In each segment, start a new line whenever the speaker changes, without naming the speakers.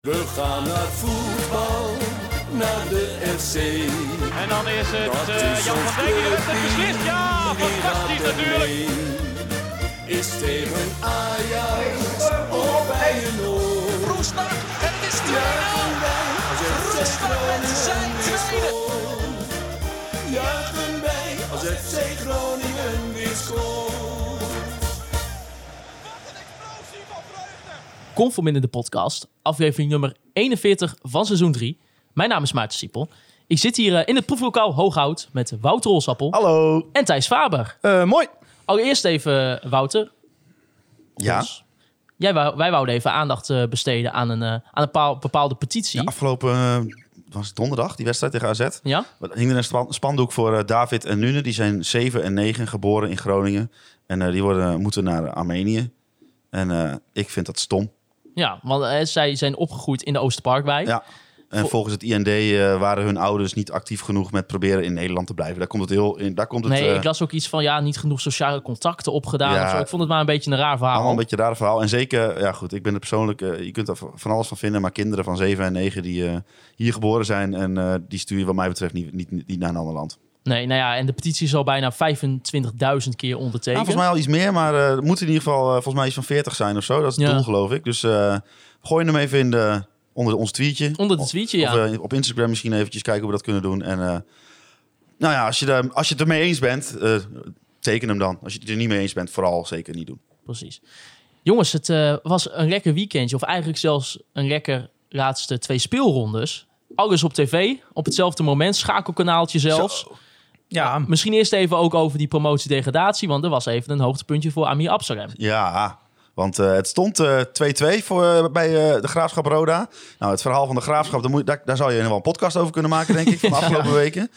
We gaan naar voetbal, naar de FC.
En dan is het
Dat
eh
is
Jan
ons
van Dijk die de wedstrijd
clubteam.
beslist. Ja,
Wie
fantastisch
gaat er
natuurlijk.
mee? Is tegen Ajax of bij een oor.
Roestak. En het is 2-0.
Roestak
met zijn tweede.
Juichen wij als FC Groningen weer scoort.
Conform in de podcast, aflevering nummer 41 van seizoen 3. Mijn naam is Maarten Siepel. Ik zit hier eh, in het proeflokaal Hooghout met Wouter Olsappel
Oh. Hallo.
en Thijs Faber.
Eh, mooi.
Allereerst even, eh, Wouter.
Ja.
Ons. Jij wou- wij wouden even aandacht eh, besteden aan een, eh, aan een paal- bepaalde petitie. Ja?
Afgelopen eh, was het donderdag, die wedstrijd tegen AZ. Er hing er een span- spandoek voor eh, David en Nune. Die zijn 7 en 9 geboren in Groningen. En eh, die worden, moeten naar Armenië. En eh, ik vind dat stom.
Ja, want eh, zij zijn opgegroeid in de Oosterparkwijk.
Ja. En volgens het IND eh, waren hun ouders niet actief genoeg met proberen in Nederland te blijven. Daar komt het heel in. Daar komt het
Nee,
eh,
ik las ook iets van ja, niet genoeg sociale contacten opgedaan.
Ja.
of zo. Ik vond het maar een beetje een raar verhaal.
allemaal een beetje een raar verhaal. En zeker, eh, ja goed, ik ben er persoonlijk, eh, je kunt er van alles van vinden. Maar kinderen van 7 en 9 die eh, hier geboren zijn. En eh, die stuur je wat mij betreft niet, niet, niet naar een ander land.
Nee, nou ja, en de petitie is al bijna 25.000 keer
Ja,
ondertekend.
volgens mij al iets meer, maar eh, het moet in ieder geval eh, volgens mij iets van 40 zijn of zo. Dat is het
Ja.
doel, geloof ik. Dus eh, gooi hem even in de, onder ons tweetje.
Onder het tweetje, ja.
Of eh, op Instagram misschien eventjes kijken hoe we dat kunnen doen. En eh, nou ja, als je, daar- als je het ermee eens bent, eh, teken hem dan. Als je het er niet mee eens bent, vooral zeker niet doen.
Precies. Jongens, het eh, was een lekker weekendje. Of eigenlijk zelfs een lekker laatste twee speelrondes. Alles op tv, op hetzelfde moment. Schakelkanaaltje zelfs.
Ja,
Misschien eerst even ook over die promotie-degradatie. Want er was even een hoogtepuntje voor Amir Absalem.
Ja, want eh, het stond eh, 2-2 voor eh, bij eh, de Graafschap Roda. Nou, het verhaal van de Graafschap, daar, moet, daar, daar zou je nog wel een podcast over kunnen maken, denk ik, van de afgelopen weken.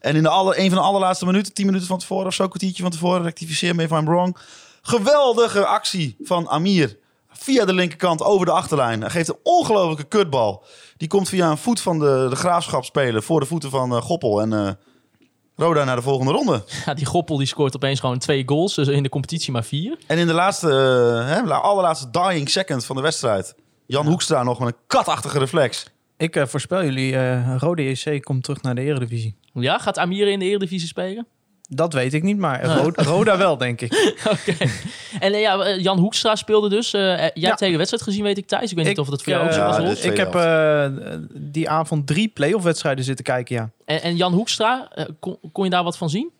En in de aller, een van de allerlaatste minuten, 10 minuten van tevoren of zo, een kwartiertje van tevoren, rectificeer me if I'm wrong. Geweldige actie van Amir. Via de linkerkant over de achterlijn. Hij geeft een ongelofelijke kutbal. Die komt via een voet van de, de graafschap spelen. Voor de voeten van eh, Goppel. En eh, Roda naar de volgende ronde.
Ja, die Goppel die scoort opeens gewoon twee goals. Dus in de competitie maar vier.
En in de laatste, eh, hè, la- allerlaatste dying second van de wedstrijd. Jan Hoekstra nog met een katachtige reflex.
ik eh, voorspel jullie, eh Rode JC komt terug naar de Eredivisie.
Ja, gaat Amir in de Eredivisie spelen?
Dat weet ik niet, maar Ro- Roda wel, denk ik.
Oké. En eh, ja, eh, Jan Hoekstra speelde dus. eh, eh, jij
Ja.
hebt de hele wedstrijd gezien, weet ik, Thijs. Ik weet
Ik,
niet of dat voor jou ook zo
eh,
was,
ja,
Rolf.
dus-
ik heb eh, die avond drie play-off wedstrijden zitten kijken, ja.
En, en Jan Hoekstra, eh, kon, kon je daar wat van zien?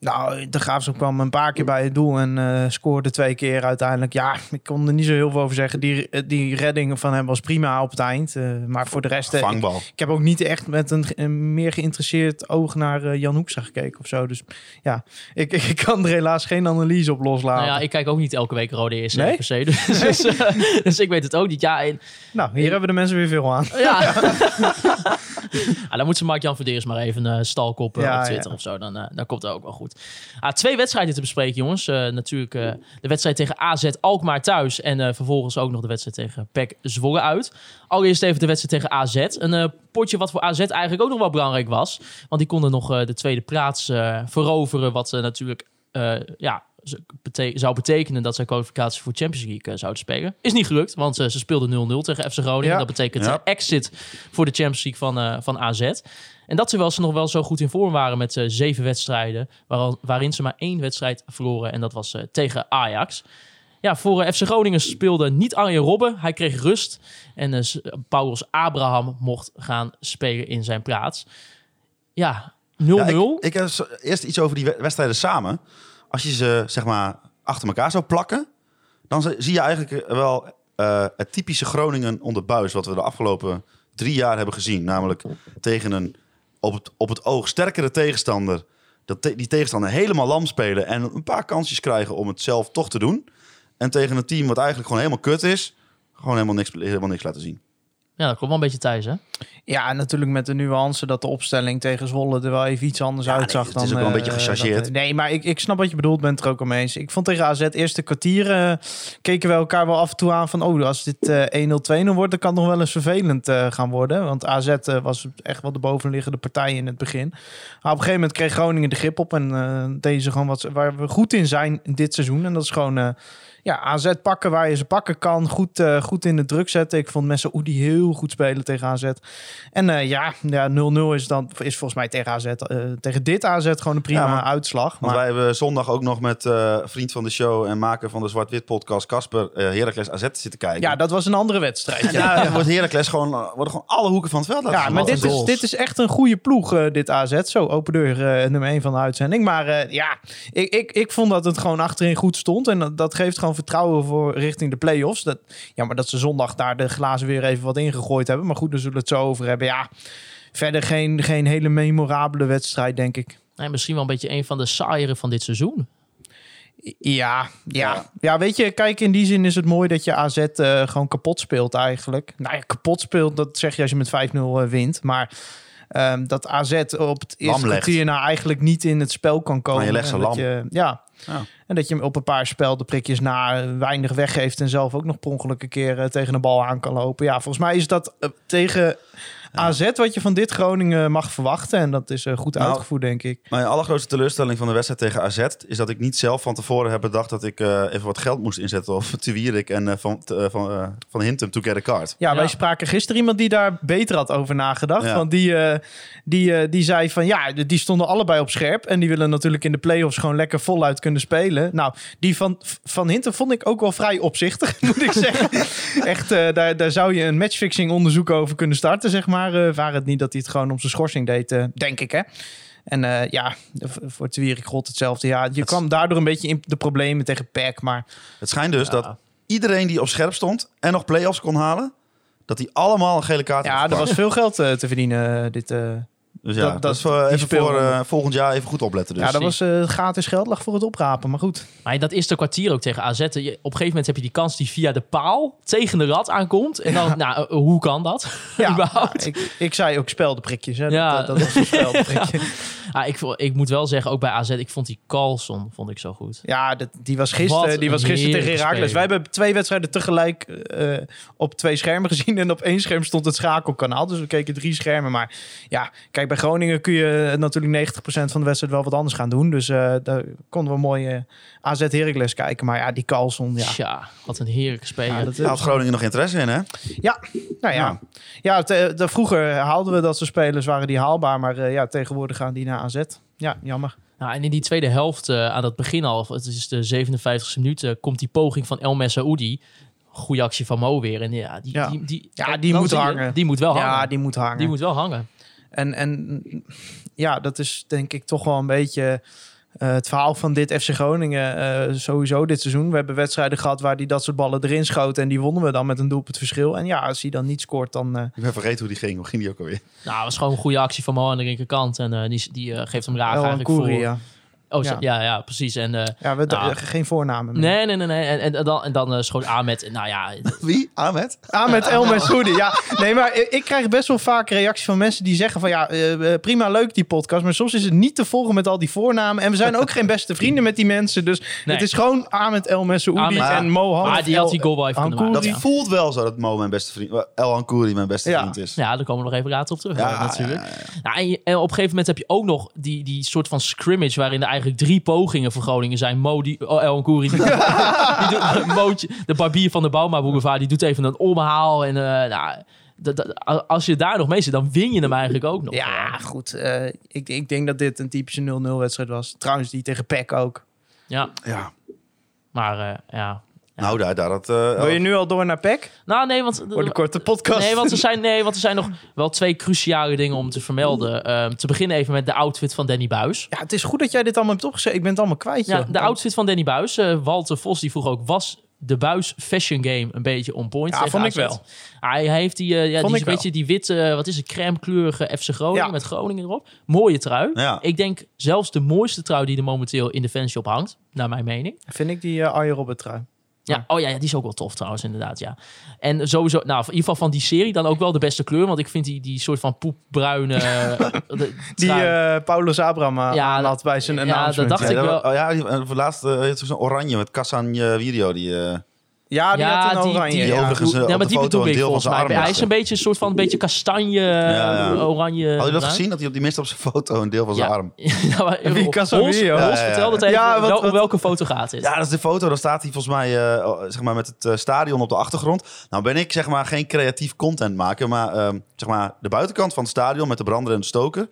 Nou, de Graafschap kwam een paar keer bij het doel en eh, scoorde twee keer uiteindelijk. Ja, ik kon er niet zo heel veel over zeggen. Die, eh, die redding van hem was prima op het eind. eh, maar voor de rest... eh, ik,
Vangbal.
ik heb ook niet echt met een, ge- een meer geïnteresseerd oog naar eh, Jan Hoekstra gekeken of zo. Dus ja, ik, ik kan er helaas geen analyse op loslaten.
Nou ja, ik kijk ook niet elke week Rode EC
Nee?
per se. Dus, dus, eh, dus ik weet het ook niet. Ja, en,
Nou, hier hebben de mensen weer veel aan.
ja. Ah, dan moet ze Mark-Jan Verdeers maar even eh stalk op, eh,
Ja,
op Twitter
ja.
of zo. Dan, eh, dan komt dat ook wel goed. Ah, twee wedstrijden te bespreken, jongens. Eh, natuurlijk eh, de wedstrijd tegen AZ Alkmaar thuis. En eh, vervolgens ook nog de wedstrijd tegen PEC Zwolle uit. Allereerst even de wedstrijd tegen AZ. Een eh, potje wat voor AZ eigenlijk ook nog wel belangrijk was. Want die konden nog eh, de tweede plaats eh, veroveren. Wat eh, natuurlijk... eh, ja, ze- bete- zou betekenen dat zij kwalificatie voor Champions League eh, zouden spelen. Is niet gelukt, want eh, ze speelden 0-0 tegen FC Groningen.
Ja.
Dat betekent
Ja.
eh, exit voor de Champions League van, eh, van AZ. En dat terwijl ze nog wel zo goed in vorm waren met eh, zeven wedstrijden, waar- waarin ze maar één wedstrijd verloren. En dat was eh, tegen Ajax. Ja, voor eh, FC Groningen speelde niet Arjen Robben. Hij kreeg rust. En eh, s- Paulus Abraham mocht gaan spelen in zijn plaats. Ja, 0-0.
Ja, ik, ik heb zo- eerst iets over die we- wedstrijden samen. Als je ze zeg maar achter elkaar zou plakken, dan z- zie je eigenlijk wel eh, het typische Groningen onder buis. Wat we de afgelopen drie jaar hebben gezien. Namelijk tegen een op het, op het oog sterkere tegenstander. Dat te- die tegenstander helemaal lam spelen en een paar kansjes krijgen om het zelf toch te doen. En tegen een team wat eigenlijk gewoon helemaal kut is. Gewoon helemaal niks, helemaal niks laten zien.
Ja, dat komt wel een beetje thuis, hè?
Ja, natuurlijk met de nuance dat de opstelling tegen Zwolle er wel even iets anders uitzag.
nee, het
dan,
is ook wel een
eh,
beetje gechargeerd.
dat- nee, maar ik, ik snap wat je bedoelt, ben het er ook al mee eens. Ik vond tegen AZ eerste kwartier eh, keken we elkaar wel af en toe aan van... oh, als dit eh 1-0-2-0 wordt, dan kan het nog wel eens vervelend eh, gaan worden. Want AZ eh, was echt wel de bovenliggende partij in het begin. Maar op een gegeven moment kreeg Groningen de grip op... en eh deze gewoon wat ze- waar we goed in zijn dit seizoen. En dat is gewoon... eh, ja, AZ pakken waar je ze pakken kan. Goed, eh, goed in de druk zetten. Ik vond Messaoudi heel goed spelen tegen AZ. En eh, ja, ja, 0-0 is, dan, is volgens mij tegen, AZ, eh, tegen dit AZ gewoon een prima
Ja, maar-
uitslag.
Want
Maar
wij hebben zondag ook nog met eh, vriend van de show en maker van de Zwart-Wit podcast, Casper eh Heracles AZ zitten kijken.
ja, dat was een andere wedstrijd.
En daar wordt Heracles gewoon, eh, worden gewoon alle hoeken van het veld laten
Ja,
zien.
maar
Wat
dit
een
is,
goals.
dit is echt een goede ploeg, eh, dit AZ. Zo, open deur, eh, nummer 1 van de uitzending. Maar eh, ja, ik, ik, ik vond dat het gewoon achterin goed stond. En dat, dat geeft gewoon vertrouwen voor richting de play-offs. Dat, ja, maar dat ze zondag daar de glazen weer even wat ingegooid hebben. Maar goed, daar zullen we het zo over hebben. Ja, verder geen, geen hele memorabele wedstrijd, denk ik.
Nee, misschien wel een beetje een van de saaieren van dit seizoen.
Ja, ja. Ja, weet je, kijk, in die zin is het mooi dat je AZ eh, gewoon kapot speelt eigenlijk. Nou ja, kapot speelt, dat zeg je als je met 5-0 eh, wint. Maar ehm, dat AZ op het
Lam
eerste
legt.
kwartier nou eigenlijk niet in het spel kan komen.
Maar je legt ze
En dat
lam.
je- ja.
Ja.
En dat je hem op een paar speldenprikjes na eh, weinig weggeeft... en zelf ook nog per ongeluk een keer eh, tegen de bal aan kan lopen. Ja, volgens mij is dat eh, tegen AZ wat je van dit Groningen eh, mag verwachten. En dat is eh, goed
Nou,
uitgevoerd, denk ik.
Mijn allergrootste teleurstelling van de wedstrijd tegen AZ is dat ik niet zelf van tevoren heb bedacht dat ik eh, even wat geld moest inzetten op Tuwierik en eh, van, eh, van, eh, van Hintum to get a card.
Ja, wij
Ja.
spraken gisteren iemand die daar beter had over nagedacht.
Ja.
Want die, eh, die, eh, die zei van ja, d- die stonden allebei op scherp. En die willen natuurlijk in de play-offs gewoon lekker voluit kunnen spelen. Nou, die van, van Hinten vond ik ook wel vrij opzichtig, moet ik zeggen. Echt, eh, daar, daar zou je een matchfixing onderzoek over kunnen starten, zeg maar. eh waar het niet dat hij het gewoon om zijn schorsing deed, eh, denk ik hè. En eh, ja, v- voor Twierik gold hetzelfde. Ja, je kwam daardoor een beetje in de problemen tegen PEC. Maar
Het schijnt dus dat iedereen die op scherp stond en nog play-offs kon halen, dat die allemaal een gele kaart
ja,
heeft
er was
gepakt.
veel geld eh, te verdienen eh, dit... eh,
Dus ja,
dat-
dat,
dat-
is voor-
die
even voor
speelronde.
eh, volgend jaar even goed opletten dus.
ja, dat was eh gratis geld lag voor het oprapen, maar goed.
Maar in dat eerste kwartier ook tegen AZ. je- Op een gegeven moment heb je die kans die via de paal tegen de rat aankomt. En dan, nou, eh, hoe kan dat?
Ja,
überhaupt?
ik, ik zei ook speldenprikjes, hè.
Ja.
Dat, dat was een speldenprikje.
Ah, ik, vo- ik moet wel zeggen, ook bij AZ, ik vond die Carlson vond ik zo goed.
Ja, dat, die was
Wat
gisteren, die was
een
gisteren tegen
heerlijke
Herakles. Wij
speler.
hebben twee wedstrijden tegelijk eh, op twee schermen gezien. En op één scherm stond het schakelkanaal. Dus we keken drie schermen. Maar ja, kijk, bij Groningen kun je eh, natuurlijk 90% van de wedstrijd wel wat anders gaan doen. Dus eh, daar konden we mooi eh, AZ Heracles kijken. Maar ja, die Carlson, ja.
Ja, wat een heerlijke speler.
Ja, dat,
Daar had Groningen nog interesse in, hè?
Ja, nou ja. ja. te- de, vroeger haalden we dat soort spelers, waren die haalbaar. Maar eh, ja, tegenwoordig gaan die naar AZ. Ja, jammer.
Nou, en in die tweede helft, eh, aan het begin al, het is de 57e minuut, eh, komt die poging van El Messaoudi. Goede actie van Mo weer. En ja, die,
Ja.
die, die,
Ja, die
dan
moet
zie je,
hangen.
Die moet wel hangen.
Ja,
Oh, die,
die moet hangen.
moet wel hangen.
En, en ja, dat is denk ik toch wel een beetje eh, het verhaal van dit FC Groningen eh, sowieso dit seizoen. We hebben wedstrijden gehad waar die dat soort ballen erin schoten. En die wonnen we dan met een doelpunt verschil. En ja, als hij dan niet scoort, dan... eh,
Ik ben vergeten hoe die ging. Hoe ging die ook alweer?
Nou, het was gewoon een goede actie van Mo aan de linkerkant. En eh, die, die eh, geeft hem raak
El
eigenlijk
Ancuri,
voor.
ja.
Oh, zo-
Ja.
ja. ja, precies. En, eh,
ja, we
Nou.
eh, geen voornamen meer.
nee, nee, nee, nee. En, en, en dan, en dan eh, schoot Ahmed. Nou ja,
Wie? Ahmed?
Ah, met Elmer Soedi. Ja, nee, maar ik ik krijg best wel vaak reacties van mensen die zeggen van ja, eh, eh, prima leuk die podcast, maar soms is het niet te volgen met al die voornamen en we zijn ook geen beste vrienden met die mensen, dus
Nee.
het is gewoon Ahmed Elmer Soedi
Ahmed- Ah,
en Mohan.
maar die had die goal wel even kunnen
Hankouri.
Dat
maken. Ja.
voelt wel zo dat Mo mijn beste vriend, El Ankouri mijn beste
Ja.
vriend is.
Ja, daar komen we nog even later op terug.
Ja,
eh, natuurlijk. Nou, en, je- en op een gegeven moment heb je ook nog die, die soort van scrimmage... waarin er eigenlijk drie pogingen voor Groningen zijn. Mo, die, oh, El Nkouri, die, die doet- Mootje- de barbier van de Bauma Boulevard... die doet even een omhaal. En eh, nou, dat- dat- als je daar nog mee zit, dan win je hem eigenlijk ook nog.
Ja, goed. eh, ik, ik denk dat dit een typische 0-0 wedstrijd was. Trouwens, die tegen PEC ook.
Ja,
Ja.
maar eh, ja...
Nou, daar, daar had... eh,
Wil je nu al door naar PEC?
Nou, nee, want...
Voor de korte podcast.
Nee want, er zijn, nee, want er zijn nog wel twee cruciale dingen om te vermelden. Ehm, te beginnen even met de outfit van Danny Buis.
Ja, het is goed dat jij dit allemaal hebt opgeschreven. Ik ben het allemaal kwijt.
Ja,
joh.
de outfit van Danny Buis. Eh, Walter Vos die vroeg ook, was de Buis fashion game een beetje on point?
Ja,
tegen
vond ik
AZ?
wel.
Hij, hij heeft die, eh, ja,
Vond ik
die is een
wel.
beetje die witte, eh, wat is het, crème kleurige FC Groningen
Ja.
met Groningen erop. Mooie trui.
Ja.
Ik denk zelfs de mooiste trui die er momenteel in de fanshop hangt, naar mijn mening.
Vind ik die eh Arjen Robben trui.
Ja, oh ja, ja, die is ook wel tof trouwens, inderdaad, ja. En sowieso, nou, in ieder geval van die serie dan ook wel de beste kleur. Want ik vind die, die soort van poepbruine... eh, de,
Die
trui.
eh, Paulus Abram eh,
Ja,
aan had bij zijn
ja,
announcement.
dat dacht
Ja,
ik
dat-
wel.
Oh ja, die- eh, voor laatst eh, het was zo'n oranje met Casan Video. Die, eh,
Ja, die
Ja,
had een
die-
oranje.
die-
Die
ja.
overigens eh,
Ja,
op
maar
de
die
foto
bedoel
een
ik
deel van
volgens
zijn
mij.
arm
Hij is
legt.
een beetje een soort van een beetje kastanje,
ja.
eh, oranje.
Had je dat
nou?
gezien? Dat hij op die minst op zijn foto een deel van zijn
Ja.
arm.
ja, maar,
Wie kan zo
Hols,
wie, joh?
Hols,
Ja, ja, ja.
vertel dat even
Ja, wat-
wel-
wat-
welke foto gaat dit?
Ja, dat is de foto. Dan staat hij volgens mij eh, zeg maar met het eh, stadion op de achtergrond. Nou ben ik zeg maar geen creatief content maken, maar ehm, zeg maar de buitenkant van het stadion met de brander en de stoker.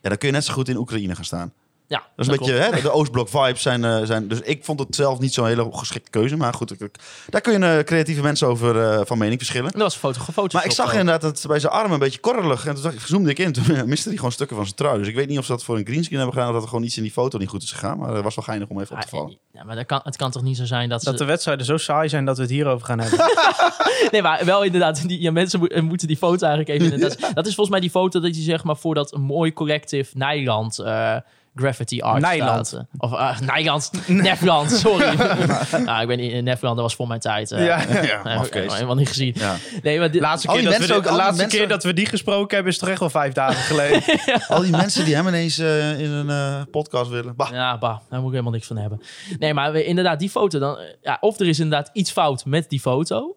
Ja, dan kun je net zo goed in Oekraïne gaan staan.
Ja,
Dat is een beetje hè, de Oostblok vibes zijn, eh, zijn. Dus ik vond het zelf niet zo'n hele geschikte keuze. Maar goed, ik- ik- daar kun je eh, creatieve mensen over eh, van mening verschillen.
Dat was een foto gefotoshop.
Maar ik zag inderdaad dat bij zijn arm een beetje korrelig. En toen dacht ik, zoomde ik in. Toen miste hij gewoon stukken van zijn trui. Dus ik weet niet of ze dat voor een greenscreen hebben gedaan. Of dat er gewoon iets in die foto niet goed is gegaan. Maar dat was wel geinig om even op
Ah,
te vallen.
Ja, maar dat kan, het kan toch niet zo zijn dat,
Dat
ze...
de wedstrijden zo saai zijn dat we het hierover gaan hebben.
Nee, maar wel inderdaad. Die, ja, mensen mo- eh, moeten die foto eigenlijk even... Dat, is, dat is volgens mij die foto dat je zeg maar voor dat mooi collectief Nijland... eh, graffiti art
Nijland.
staat. Of eh, Nijland, Nefland, sorry. nou, ik ben in in Nefland, dat was voor mijn tijd. eh.
Ja. Oh,
Ja,
Eh,
mafkees.
eh, helemaal niet gezien.
Ja.
Nee, maar dit,
Laatste
Al
keer,
die
dat we,
mensen
de-
ook, al die
laatste
mensen-
keer dat we die gesproken hebben is toch echt wel vijf dagen geleden.
Al die mensen die hem ineens eh, in een eh, podcast willen. Bah.
Ja, bah, daar moet ik helemaal niks van hebben. Nee, maar we- inderdaad, die foto dan. eh, Ja, of er is inderdaad iets fout met die foto.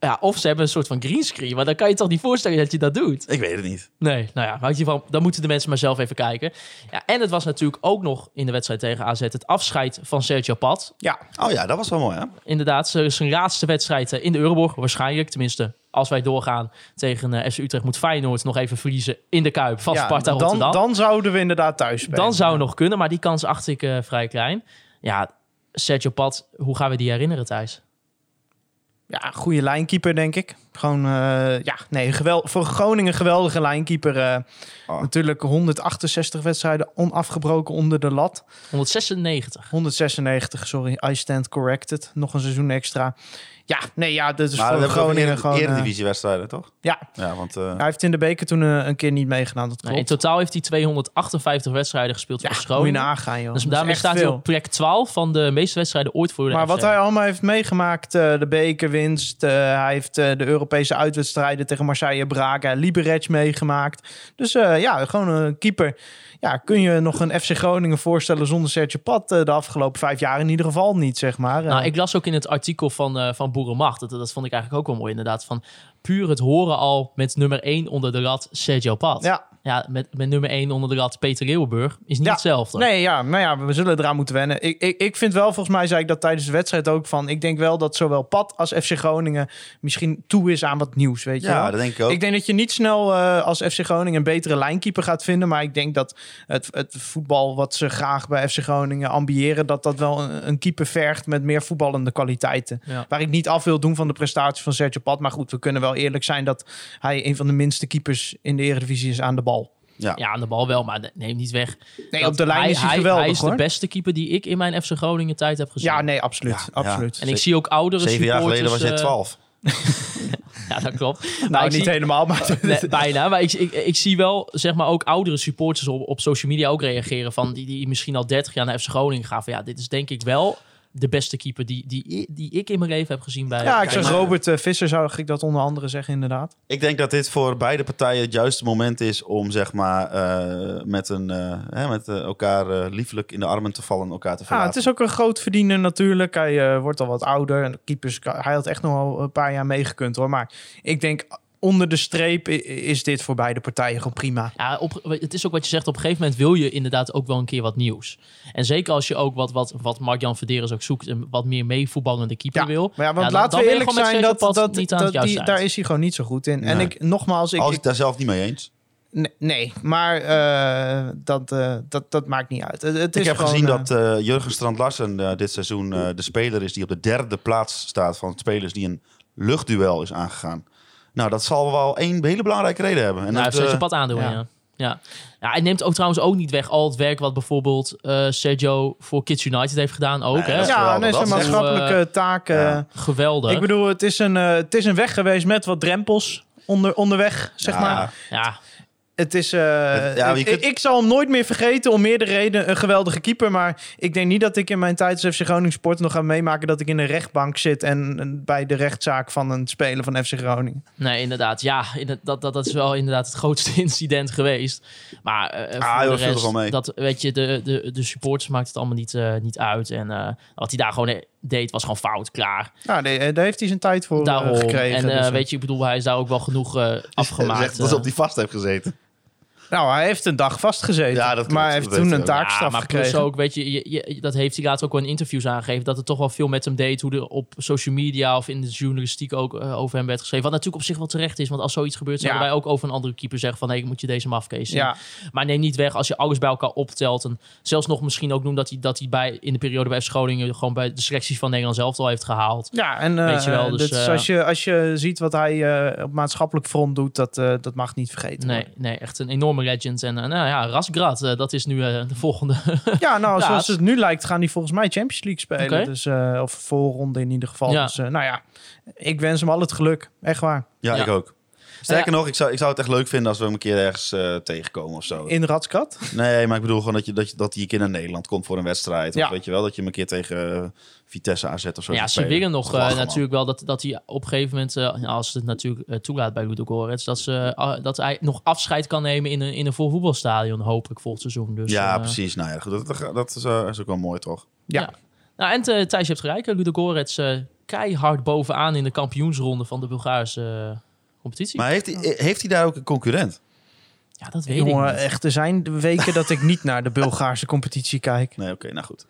Ja, of ze hebben een soort van greenscreen. Maar dan kan je toch niet voorstellen dat je dat doet.
Ik weet het niet.
Nee, nou ja, maar in ieder geval, dan moeten de mensen maar zelf even kijken. Ja, en het was natuurlijk ook nog in de wedstrijd tegen AZ het afscheid van Sergio Pat.
Ja,
Oh ja, dat was wel mooi hè.
Inderdaad, ze- zijn laatste wedstrijd eh, in de Euroborg waarschijnlijk. Tenminste, als wij doorgaan tegen eh, FC Utrecht moet Feyenoord nog even verliezen in de Kuip van
ja,
Sparta
dan,
Rotterdam.
dan zouden we inderdaad thuis spelen.
Dan zou het nog kunnen, maar die kans acht ik eh, vrij klein. Ja, Sergio Pat, hoe gaan we die herinneren, Thijs?
Ja, goede lijnkeeper, denk ik. Gewoon, eh, ja, nee, gewel- voor Groningen geweldige lijnkeeper. eh.
Ah.
Natuurlijk 168 wedstrijden onafgebroken onder de lat.
196.
196, sorry, I stand corrected. Nog een seizoen extra. Ja, nee, ja, dit is
Maar dat
Dus voor
hebben we ook
Groningen
in
gewoon... eh,
eredivisiewedstrijden, toch?
ja,
Ja, want... eh,
hij heeft in de beker toen eh, een keer niet meegedaan, dat
Nou, in
klopt.
totaal heeft hij 258 wedstrijden gespeeld
ja,
voor
moet je
Groningen.
nagaan, joh.
dus
Dat is
daarmee
echt
staat
veel.
hij op plek 12 van de meeste wedstrijden ooit voor de
Maar
FC.
wat hij allemaal heeft meegemaakt, eh, de bekerwinst, eh, hij heeft eh, de Europese uitwedstrijden tegen Marseille, Braga, Liberec meegemaakt. Dus eh, ja, gewoon een keeper. Ja, kun je nog een FC Groningen voorstellen zonder Sergio Pat eh, de afgelopen vijf jaar in ieder geval niet, zeg maar.
Nou,
Eh,
ik las ook in het artikel van, eh, van Boerenmacht, dat, dat vond ik eigenlijk ook wel mooi inderdaad, van puur het horen al met nummer 1 onder de lat Sergio Pat.
Ja.
ja met, met nummer 1 onder de lat Peter Leeuwenburg is niet
Ja.
hetzelfde.
Nee, ja, nou ja, we zullen eraan moeten wennen. Ik, ik, ik vind wel, volgens mij zei ik dat tijdens de wedstrijd ook van. Ik denk wel dat zowel Pat als FC Groningen misschien toe is aan wat nieuws, weet je wel.
ja, dat denk ik ook.
Ik denk dat je niet snel eh, als FC Groningen een betere lijnkeeper gaat vinden. Maar ik denk dat het, het voetbal wat ze graag bij FC Groningen ambiëren... dat dat wel een, een keeper vergt met meer voetballende kwaliteiten.
Ja.
Waar ik niet af wil doen van de prestatie van Sergio Pat. Maar goed, we kunnen wel eerlijk zijn dat hij een van de minste keepers in de Eredivisie is aan de bal.
Ja, aan de bal wel, maar neem niet weg.
Nee,
dat
op de lijn is hij geweldig,
Hij is de
hoor.
beste keeper die ik in mijn FC Groningen tijd heb gezien.
Ja, nee, absoluut.
Ja,
absoluut.
ja.
en ik zie ook oudere
Zeven jaar
supporters,
geleden was jij
eh,
12.
ja, dat klopt. Maar
Nou,
ik
niet
zie-
helemaal, maar...
Nee, bijna. Maar ik, ik, ik zie wel, zeg maar, ook oudere supporters op, op social media ook reageren. Van die, die misschien al 30 jaar naar FC Groningen gaan. Van ja, dit is denk ik wel de beste keeper die, die, die ik in mijn leven heb gezien bij.
Ja, ik zeg
maar-
Robert eh, Visser zou ik dat onder andere zeggen, inderdaad.
Ik denk dat dit voor beide partijen het juiste moment is om zeg maar eh, met, een, eh, hè, met eh, elkaar eh, liefelijk in de armen te vallen en elkaar te
Ja,
verlaten.
Ah, het is ook een groot verdiener natuurlijk. Hij eh, wordt al wat ouder. En de keepers, hij had echt nog wel een paar jaar meegekund hoor. Maar ik denk, onder de streep i- is dit voor beide partijen gewoon prima.
Ja, op, het is ook wat je zegt. Op een gegeven moment wil je inderdaad ook wel een keer wat nieuws. En zeker als je ook wat, wat, wat Mark-Jan Verderens ook zoekt. Een wat meer meevoetballende keeper
Ja,
wil.
maar ja, want
Ja, dan-
laten
dan
we
ben je
eerlijk
gewoon met
zijn dat,
Sergio
dat,
Pat niet aan het
dat
juiste
die,
eind.
daar is hij gewoon niet zo goed in. En
Nee.
ik, nogmaals, ik,
Als
ik-
ik daar zelf niet mee eens.
nee, nee, maar eh, dat, eh, dat, dat maakt niet uit. Het, het
Ik
is
heb
gewoon,
gezien
eh,
dat eh, Jurgen Strand Larsen eh, dit seizoen eh, de speler is die op de derde plaats staat van spelers die een luchtduel is aangegaan. Nou, dat zal wel één hele belangrijke reden hebben. En
Nou, hij
dat,
heeft Sergio
eh,
Pat aandeel, ja.
ja.
ja. Ja. hij neemt ook trouwens ook niet weg al het werk wat bijvoorbeeld eh, Sergio voor Kids United heeft gedaan ook.
Nee,
hè?
eh, dat
ja,
is geweldig.
nee,
Dat
zijn
is echt-
eh,
maatschappelijke taken.
Ja.
Geweldig.
Ik bedoel, het is, een, eh, het is een weg geweest met wat drempels onder, onderweg, zeg
Ja.
maar.
ja,
Het is, eh,
Het- ja, maar je
ik,
kunt-
ik zal hem nooit meer vergeten om meerdere redenen. Een geweldige keeper. Maar ik denk niet dat ik in mijn tijd als FC Groningen Sport nog ga meemaken dat ik in een rechtbank zit. En en bij de rechtszaak van een speler van FC Groningen.
nee, inderdaad. Ja, inderdaad, dat, dat, dat is wel inderdaad het grootste incident geweest. Maar eh
Ah,
voor
joh,
de
viel er
rest,
wel mee.
dat weet je, de, de, de supporters maakt het allemaal niet, eh, niet uit. En eh, wat hij daar gewoon eh, deed, was gewoon fout, klaar.
Nou, nee, daar heeft hij zijn tijd voor eh,
Daarom.
gekregen.
en eh,
dus-
weet je, ik bedoel, hij is daar ook wel genoeg eh, afgemaakt.
Zegt dat ze
eh.
op die vast heeft gezeten.
Nou, hij heeft een dag vastgezeten.
Ja, dat klopt,
maar hij
dat
heeft
weet
toen
ik
een
ook.
taakstraf
ja, maar plus
gekregen.
ook, weet je, je- je- dat heeft hij later ook wel in interviews aangegeven, dat het toch wel veel met hem deed, hoe er op social media of in de journalistiek ook eh, over hem werd geschreven. Wat natuurlijk op zich wel terecht is, want als zoiets gebeurt, zouden
Ja.
wij ook over een andere keeper zeggen van, hé, moet je deze maar afkezen.
Ja,
Maar neem niet weg, als je alles bij elkaar optelt en zelfs nog misschien ook doen dat hij, dat hij bij, in de periode bij FC Groningen gewoon bij de selecties van Nederland zelf al heeft gehaald.
ja en eh,
Weet je wel, dus,
dit is
eh,
als, je, als je ziet wat hij eh, op maatschappelijk front doet, dat, eh, dat mag niet vergeten
Nee,
worden.
nee, echt een enorme legend. En eh, nou ja, Rasgrad, eh, dat is nu eh, de volgende.
Ja, nou,
Ja,
zoals
het-
het nu lijkt, gaan die volgens mij Champions League spelen.
Oké.
Dus, eh, of voorronde in ieder geval.
Ja.
Dus, eh, nou ja, ik wens hem al het geluk. Echt waar.
Ja,
Ja.
ik ook. Sterker nog, ik zou, ik zou het echt leuk vinden als we hem een keer ergens eh, tegenkomen of zo.
In Radskat.
Nee, maar ik bedoel gewoon dat, je, dat, je, dat hij een keer naar Nederland komt voor een wedstrijd. Of
Ja.
weet je wel, dat je hem een keer tegen eh, Vitesse aanzet of zo.
ja,
gaat
ze
spelen.
willen nog
Dat is
eh,
lachen, man.
natuurlijk wel dat, dat hij op een gegeven moment, eh, als het natuurlijk eh, toelaat bij Ludo Goretz, dat, ze, ah, dat hij nog afscheid kan nemen in een, in een vol voetbalstadion, hopelijk volgend seizoen. Dus,
Ja,
eh,
precies. Nou ja, goed, dat, dat, dat is, eh, is ook wel mooi, toch?
Ja.
Ja. Nou, en eh, Thijs, je hebt gelijk. Ludo Goretz eh, keihard bovenaan in de kampioensronde van de Bulgaarse eh, competitie.
Maar heeft hij, eh, heeft hij daar ook een concurrent?
ja, dat weet ik
Jongen,
niet.
echt, er zijn weken dat ik niet naar de Bulgaarse competitie kijk.
Nee, oké, nou goed.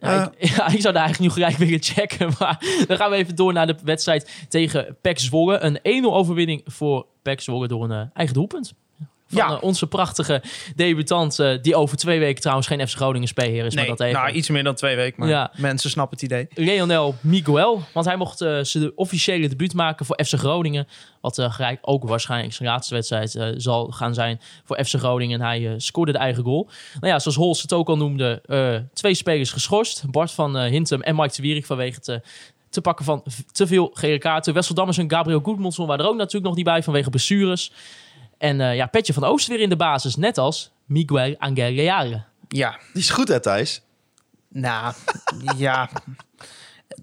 Eh,
Ja,
Eh.
ik, ja, ik zou daar eigenlijk nu gelijk willen checken. Maar dan gaan we even door naar de wedstrijd tegen PEC Zwolle. Een 1-0 overwinning voor PEC Zwolle door een eh, eigen doelpunt. Van
Ja.
eh, onze prachtige debutant, eh, die over twee weken trouwens geen FC Groningen speler is. maar dat even.
nou, iets meer dan twee weken, maar
Ja.
mensen snappen het idee.
Leonel Miguel, want hij mocht eh, zijn de officiële debuut maken voor FC Groningen. Wat eh, gelijk ook waarschijnlijk zijn laatste wedstrijd eh, zal gaan zijn voor FC Groningen. En hij eh, scoorde de eigen goal. Nou ja, zoals Holst het ook al noemde, eh, twee spelers geschorst. Bart van eh, Hintem en Mike de Wierik vanwege het eh, te pakken van v- te veel gele kaarten. Wessel Dammers en Gabriel Goedmondson waren er ook natuurlijk nog niet bij vanwege blessures. En eh, ja, Petje van Oost weer in de basis, net als Miguel Angel Reale.
Ja,
Die is goed, hè, Thijs?
nou, ja.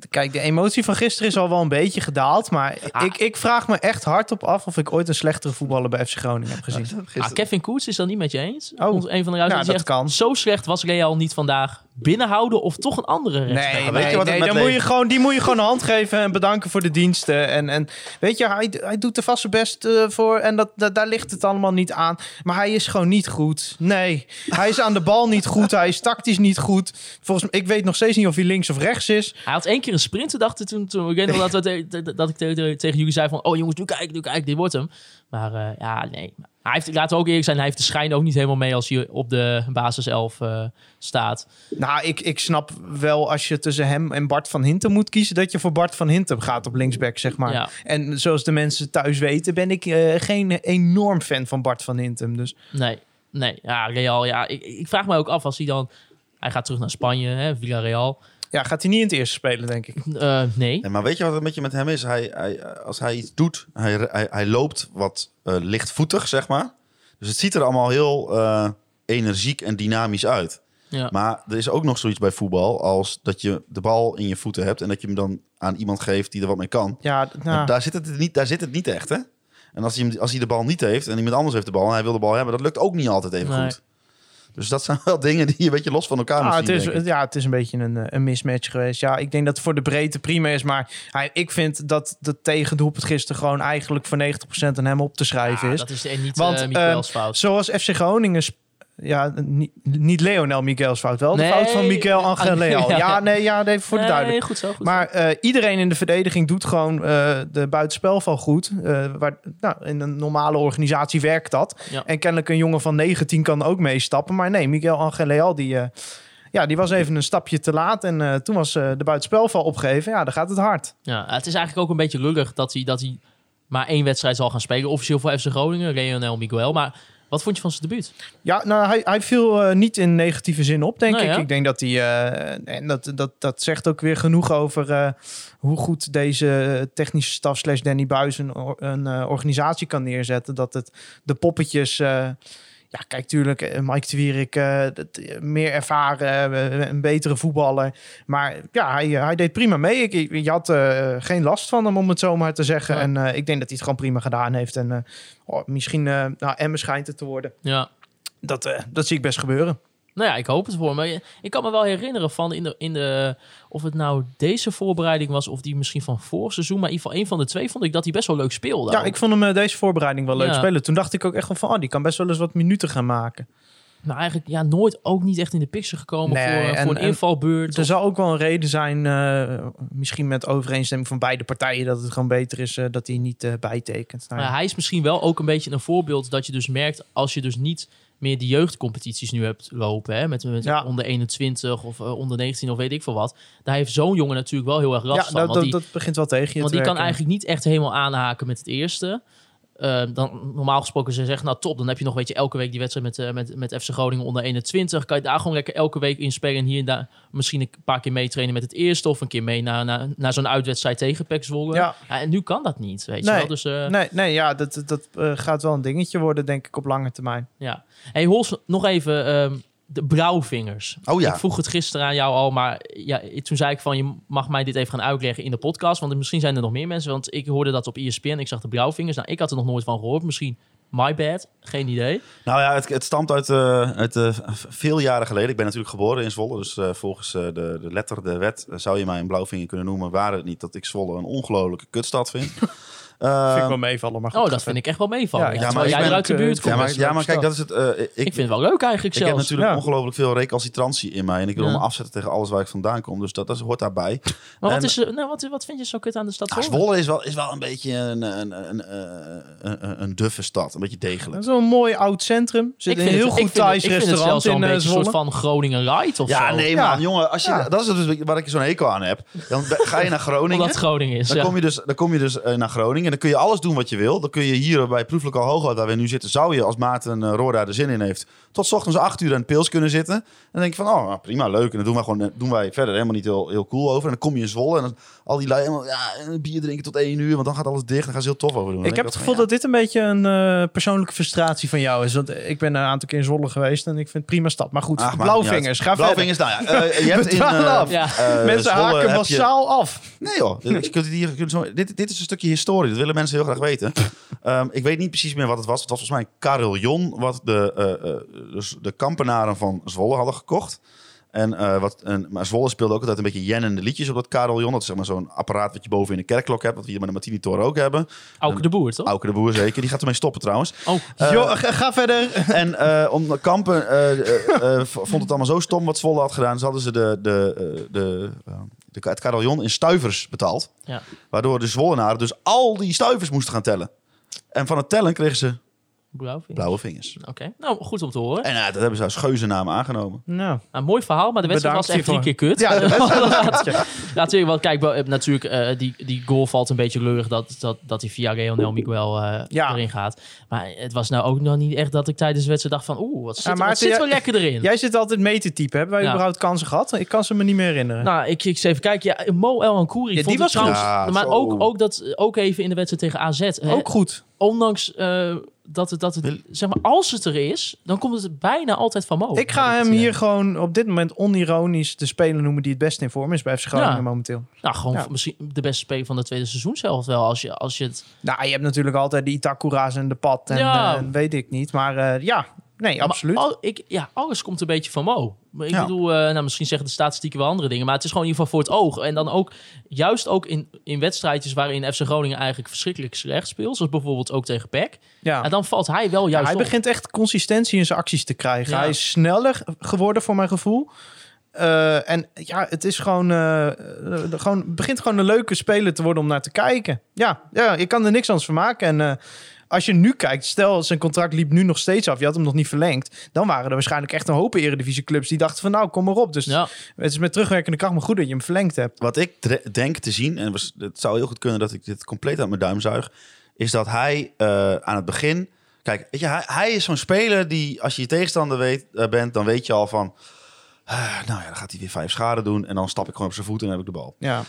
Kijk, de emotie van gisteren is al wel een beetje gedaald. Maar
Ah.
ik, ik vraag me echt hardop af of ik ooit een slechtere voetballer bij FC Groningen heb gezien.
Ah, Kevin Koets is dat niet met je eens.
Oh.
Ons, een van de ruiters
Ja, dat
die zegt,
kan.
Zo slecht was Real niet vandaag. Binnenhouden of toch een andere rechtsback?
Nee,
Weet
nee,
je wat het
nee,
met
dan moet je
leven-
gewoon, die moet je gewoon een hand geven en bedanken voor de diensten. En, en weet je, hij, hij doet er vast zijn best eh, voor en dat, dat- daar ligt het allemaal niet aan. Maar hij is gewoon niet goed. Nee, hij is aan de bal niet goed, hij is tactisch niet goed. Volgens mij, ik weet nog steeds niet of hij links of rechts is.
Hij had één keer een sprint, dacht ik toen. toen ik weet nog dat, we te- te- dat ik te- te- tegen jullie zei van... Oh jongens, nu kijk, nu kijk, dit wordt hem. Maar eh, ja, nee. Hij heeft, laten we ook eerlijk zijn, hij heeft de schijn ook niet helemaal mee... als hij op de basiself eh staat.
Nou, ik, ik snap wel als je tussen hem en Bart van Hintem moet kiezen... dat je voor Bart van Hintem gaat op linksback, zeg maar.
Ja.
En zoals de mensen thuis weten, ben ik eh, geen enorm fan van Bart van Hintem. Dus
Nee, nee. Ja, Real, ja. Ik, ik vraag me ook af als hij dan... Hij gaat terug naar Spanje, hè, Villarreal.
ja, gaat hij niet in het eerste spelen, denk ik.
Eh, nee.
Nee, maar weet je wat het met, je met hem is? Hij, hij, eh, als hij iets doet, hij, hij, hij loopt wat eh, lichtvoetig, zeg maar. Dus het ziet er allemaal heel eh, energiek en dynamisch uit.
Ja.
Maar er is ook nog zoiets bij voetbal als dat je de bal in je voeten hebt... en dat je hem dan aan iemand geeft die er wat mee kan.
Ja, nou.
Want Daar, zit het niet, daar zit het niet echt, hè? En als hij, hem, als hij de bal niet heeft en iemand anders heeft de bal... en hij wil de bal hebben, dat lukt ook niet altijd even
Nee.
goed. Dus dat zijn wel dingen die een beetje los van elkaar
Ah,
moeten
het
zien,
is,
denk ik.
ja, het is een beetje een, eh, een mismatch geweest. Ja, ik denk dat het voor de breedte prima is. Maar hij, ik vind dat dat tegendoelpunt gisteren gewoon eigenlijk voor 90% aan hem op te schrijven
Ja,
is.
dat is eh, niet
Want,
eh, Miguel's
eh,
fout.
Zoals FC Groningen... sp- Ja, niet, niet Leonel Miguel's fout wel.
Nee. Ah,
De fout van Miguel Angel Leal.
Ja.
Ja, nee, ja, even voor de
Nee,
duidelijk.
goed zo, goed
Maar eh, iedereen in de verdediging doet gewoon eh, de buitenspelval goed. Eh, waar, nou, in een normale organisatie werkt dat.
Ja.
En kennelijk een jongen van 19 kan ook meestappen. Maar nee, Miguel Angeleal die, eh, ja, die was even een stapje te laat. En eh, toen was eh, de buitenspelval opgegeven. Ja, dan gaat het hard.
Ja, het is eigenlijk ook een beetje lullig dat hij, dat hij maar één wedstrijd zal gaan spelen. Officieel voor FC Groningen, Leonel Miguel. Maar wat vond je van zijn debuut?
Ja, nou, hij, hij viel eh, niet in negatieve zin op, denk
Nou
ik.
ja.
Ik denk dat hij... eh, en dat, dat, dat zegt ook weer genoeg over eh, hoe goed deze technische staf... slash Danny Buis een, or- een, eh, organisatie kan neerzetten. Dat het de poppetjes... eh, ja, kijk, tuurlijk, eh, Mike de Wierik, eh, dat, eh, meer ervaren, eh, een betere voetballer. Maar ja, hij, eh, hij deed prima mee. Ik, ik- je had eh, geen last van hem, om het zo maar te zeggen.
Ja.
En eh, ik denk dat hij het gewoon prima gedaan heeft. En eh, oh, misschien, eh nou, Emmen schijnt het te worden.
Ja,
Dat, eh, dat zie ik best gebeuren.
Nou ja, ik hoop het voor hem. Maar Ik kan me wel herinneren van in de, in de, of het nou deze voorbereiding was of die misschien van vorig seizoen. Maar in ieder geval een van de twee vond ik dat hij best wel leuk speelde.
Ja,
ook.
ik vond hem eh, deze voorbereiding wel leuk
Ja.
spelen. Toen dacht ik ook echt wel van, oh, die kan best wel eens wat minuten gaan maken.
Maar Nou, eigenlijk ja, nooit ook niet echt in de picture gekomen
Nee,
voor, eh,
en-
voor een
en-
invalbeurt.
Er zal ook wel een reden zijn, eh, misschien met overeenstemming van beide partijen, dat het gewoon beter is eh, dat hij niet eh, bijtekent. Nou,
Maar
ja.
hij is misschien wel ook een beetje een voorbeeld dat je dus merkt als je dus niet meer die jeugdcompetities nu hebt lopen. Hè, met, met
Ja.
onder 21 of eh, onder 19 of weet ik veel wat. Daar heeft zo'n jongen natuurlijk wel heel erg last
Ja,
van.
dat,
want
dat,
die,
dat begint wel tegen je
want
te
die kan
werken.
eigenlijk niet echt helemaal aanhaken met het eerste. Eh, dan, normaal gesproken ze zeggen, nou top, dan heb je nog weet je, elke week die wedstrijd met, eh, met, met FC Groningen onder 21. Kan je daar gewoon lekker elke week inspelen en hier en daar misschien een paar keer meetrainen met het eerste. Of een keer mee naar, naar, naar zo'n uitwedstrijd tegen PEC Zwolle.
Ja.
en nu kan dat niet, weet je
Nee.
wel. Dus, eh,
Nee, nee ja, dat, dat- dat eh, gaat wel een dingetje worden, denk ik, op lange termijn.
Ja. Hey Hols, nog even ehm, de brouwvingers.
Oh ja.
Ik vroeg het gisteren aan jou al, maar ja, toen zei ik van je mag mij dit even gaan uitleggen in de podcast, want misschien zijn er nog meer mensen, want ik hoorde dat op E ESPN, ik zag de brouwvingers. Nou, ik had er nog nooit van gehoord, misschien my bad, geen idee.
Nou ja, het, het stamt uit, eh, uit eh, veel jaren geleden. Ik ben natuurlijk geboren in Zwolle. Dus eh, volgens eh, de, de letter, de wet, eh, zou je mij een blauwvinger kunnen noemen. Waar het niet dat ik Zwolle een ongelofelijke kutstad vind. Eh,
vind ik wel meevallen, maar goed.
Oh, dat vind ik echt wel meevallen.
Ja,
Ja,
ja,
terwijl jij
maar ik ben
eruit de
ook, eh,
buurt komt.
ja, maar,
best
ja, maar
leuke
kijk, dat
stad.
is het. eh, ik,
ik vind het wel leuk eigenlijk
ik heb
zelfs.
natuurlijk
Ja.
ongelooflijk veel recalcitrantie in mij. En ik wil
Ja.
me afzetten tegen alles waar ik vandaan kom. Dus dat, dat hoort daarbij.
Maar wat,
en-
is, er- nou, wat, wat vind je zo kut aan de stad
Ja,
Zwolle?
Zwolle is wel, is wel een beetje een, een, een, een, een, een duffe stad. Een beetje degelijk.
Dat is wel een mooi oud centrum. Zit
Ik
een
vind
heel
het- ik
goed
vind het-
Thais
Ik vind het
restaurant
zelfs wel
in
een
eh,
beetje een soort
Zwolle.
van Groningen Light of
Ja,
zo.
nee,
Ja.
man, jongen. Als je,
Ja.
Dat is dus waar ik zo'n hekel aan heb. Dan be- ga je naar Groningen.
Omdat het Groningen is.
Dan
ja.
kom je dus, dan kom je dus eh, naar Groningen. En dan kun je alles doen wat je wil. Dan kun je hier bij Proeflokaal Hooghout, waar we nu zitten, zou je als Maarten eh, Roorda er zin in heeft, tot 's ochtends 8 uur aan de pils kunnen zitten. En dan denk je van, oh, nou, prima, leuk. En dan doen wij, gewoon, eh, doen wij verder helemaal niet heel, heel cool over. En dan kom je in Zwolle en dan al die lui helemaal, ja, en bier drinken tot 1 uur, want dan gaat alles dicht. Dan gaan ze heel tof over doen. Dan
Ik heb
denk
het
van,
gevoel dat dit een beetje een eh, persoonlijke frustratie van jou is. Want ik ben een aantal keer in Zwolle geweest en ik vind het prima stad. Maar goed,
ja, ach, Ah, maakt niet uit.
blauwvingers, ga verder.
Blauwvingers, nou ja. eh, je hebt in,
Betaal
eh,
af.
Ja.
eh,
Mensen
Zwolle
haken
heb je-
massaal af.
Nee joh, je kunt het hier, je kunt zo, dit, dit is een stukje historie, dat willen mensen heel graag weten. Ehm, ik weet niet precies meer wat het was. Het was volgens mij een carillon wat de, eh, eh, dus de kampenaren van Zwolle hadden gekocht. En, eh, wat, en, maar Zwolle speelde ook altijd een beetje jennende liedjes op dat carillon. Dat is zeg maar zo'n apparaat wat je boven in de kerkklok hebt, wat we hier met de Martini-toren ook hebben.
Auke de Boer, toch?
Auke de Boer zeker, die gaat ermee stoppen trouwens.
Oh,
Eh,
Jo, ga, ga verder.
En eh, om de Kampen eh, eh, eh, v- vond het allemaal zo stom wat Zwolle had gedaan. Dus hadden ze de, de, eh, de, eh, de, het carillon in stuivers betaald.
Ja.
Waardoor de Zwollenaren dus al die stuivers moesten gaan tellen. En van het tellen kregen ze
Brouwvingers.
blauwe vingers.
Oké, nou goed om te horen.
En eh, dat hebben ze als geuzennaam aangenomen.
Nou,
Nou, mooi verhaal, maar de wedstrijd
Bedankt
was echt drie keer kut.
ja, dat is wel een beetje.
Ja, natuurlijk, want kijk, wel, eh, natuurlijk, eh, die, die goal valt een beetje leurig dat, dat, dat hij via Leonel Miguel eh,
Ja.
erin gaat. Maar het was nou ook nog niet echt dat ik tijdens de wedstrijd dacht van, oeh, wat zit,
Ja,
wat
Maarten,
zit
jij-
wel lekker erin.
Jij zit altijd mee te typen. Hebben wij
Ja.
überhaupt kansen gehad? Ik kan ze me niet meer herinneren.
Nou, ik, ik zei even kijken, ja, Mo El Ankouri
Ja,
vond
die
ik
was
trouwens,
goed. Ja,
maar
zo.
ook, ook, dat, ook even in de wedstrijd tegen AZ. hè.
ook goed.
Ondanks eh, dat het, dat het zeg maar, als het er is, dan komt het bijna altijd van
Oh,
Mo.
Ik ga
Heb
hem
het, eh,
hier gewoon op dit moment onironisch de speler noemen die het beste in vorm is bij FC Groningen
Ja.
momenteel.
Nou, gewoon
Ja.
misschien de beste speler van het tweede seizoen zelf wel, als je, als je het...
Nou, je hebt natuurlijk altijd de Itakura's en de Pat en
Ja.
eh, weet ik niet. Maar eh, ja, nee,
Maar
absoluut.
al- ik, ja, alles komt een beetje van Mo. Maar ik
Ja.
bedoel, eh, nou, misschien zeggen de statistieken wel andere dingen. Maar het is gewoon in ieder geval voor het oog. En dan ook, juist ook in, in wedstrijdjes waarin FC Groningen eigenlijk verschrikkelijk slecht speelt. Zoals bijvoorbeeld ook tegen PEC.
ja.
En dan valt hij wel
Ja,
juist
hij
op.
begint echt consistentie in zijn acties te krijgen.
Ja.
Hij is sneller geworden voor mijn gevoel. Eh, en ja, het is gewoon, eh, eh, gewoon, begint gewoon een leuke speler te worden om naar te kijken. Ja, ja je kan er niks anders van maken. En eh, als je nu kijkt, stel zijn contract liep nu nog steeds af, je had hem nog niet verlengd, dan waren er waarschijnlijk echt een hoop eredivisieclubs die dachten van nou, kom maar op. Dus
Ja.
het is met terugwerkende kracht maar goed dat je hem verlengd hebt.
Wat ik dre- denk te zien, en was- het zou heel goed kunnen dat ik dit compleet uit mijn duim zuig, is dat hij eh, aan het begin. Kijk, weet je, hij, hij is zo'n speler die, als je je tegenstander weet, eh, bent, dan weet je al van. ah, nou ja, dan gaat hij weer vijf schade doen. En dan stap ik gewoon op zijn voet en dan heb ik de bal.
Ja.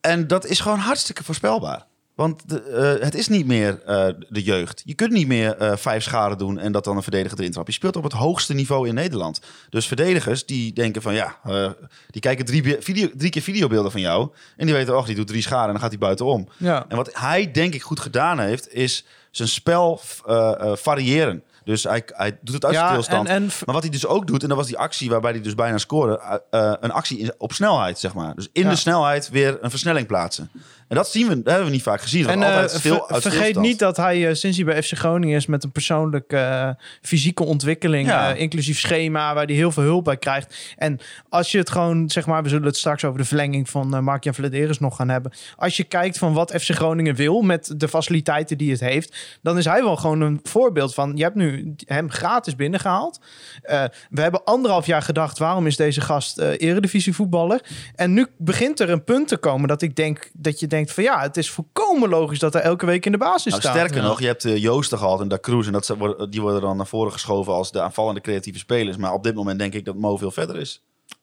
En dat is gewoon hartstikke voorspelbaar. Want de, eh, het is niet meer eh, de jeugd. Je kunt niet meer eh, vijf scharen doen en dat dan een verdediger erin trapt. Je speelt op het hoogste niveau in Nederland. Dus verdedigers die denken van ja, eh, die kijken drie, be- video, drie keer videobeelden van jou. En die weten, oh, die doet drie scharen en dan gaat hij buitenom.
Ja.
En wat hij denk ik goed gedaan heeft, is zijn spel eh, eh, variëren. Dus hij, hij doet het uit zijn
Ja, en,
stilstand.
en
Maar wat hij dus ook doet, en dat was die actie waarbij hij dus bijna scoorde, eh, eh, een actie in- op snelheid, zeg maar. Dus in
Ja.
de snelheid weer een versnelling plaatsen. En dat zien we, dat hebben we niet vaak gezien.
En
En, altijd
eh,
veel
ver-
uit
vergeet
stilstand.
niet dat hij eh, sinds hij bij FC Groningen is met een persoonlijke eh, fysieke ontwikkeling,
Ja.
eh, inclusief schema, waar hij heel veel hulp bij krijgt. En als je het gewoon, zeg maar, we zullen het straks over de verlenging van eh Mark-Jan Vladeris nog gaan hebben. Als je kijkt van wat FC Groningen wil met de faciliteiten die het heeft, dan is hij wel gewoon een voorbeeld van, je hebt nu hem gratis binnengehaald. Eh, we hebben anderhalf jaar gedacht, waarom is deze gast eh eredivisie voetballer? En nu begint er een punt te komen dat ik denk dat je denkt van ja, het is volkomen logisch dat hij elke week in de basis
Nou,
staat.
sterker
ja.
nog, je hebt eh, Joosten gehad en Da Cruz. En dat, ze- worden- die worden dan naar voren geschoven als de aanvallende creatieve spelers. Maar op dit moment denk ik dat Mo veel verder is.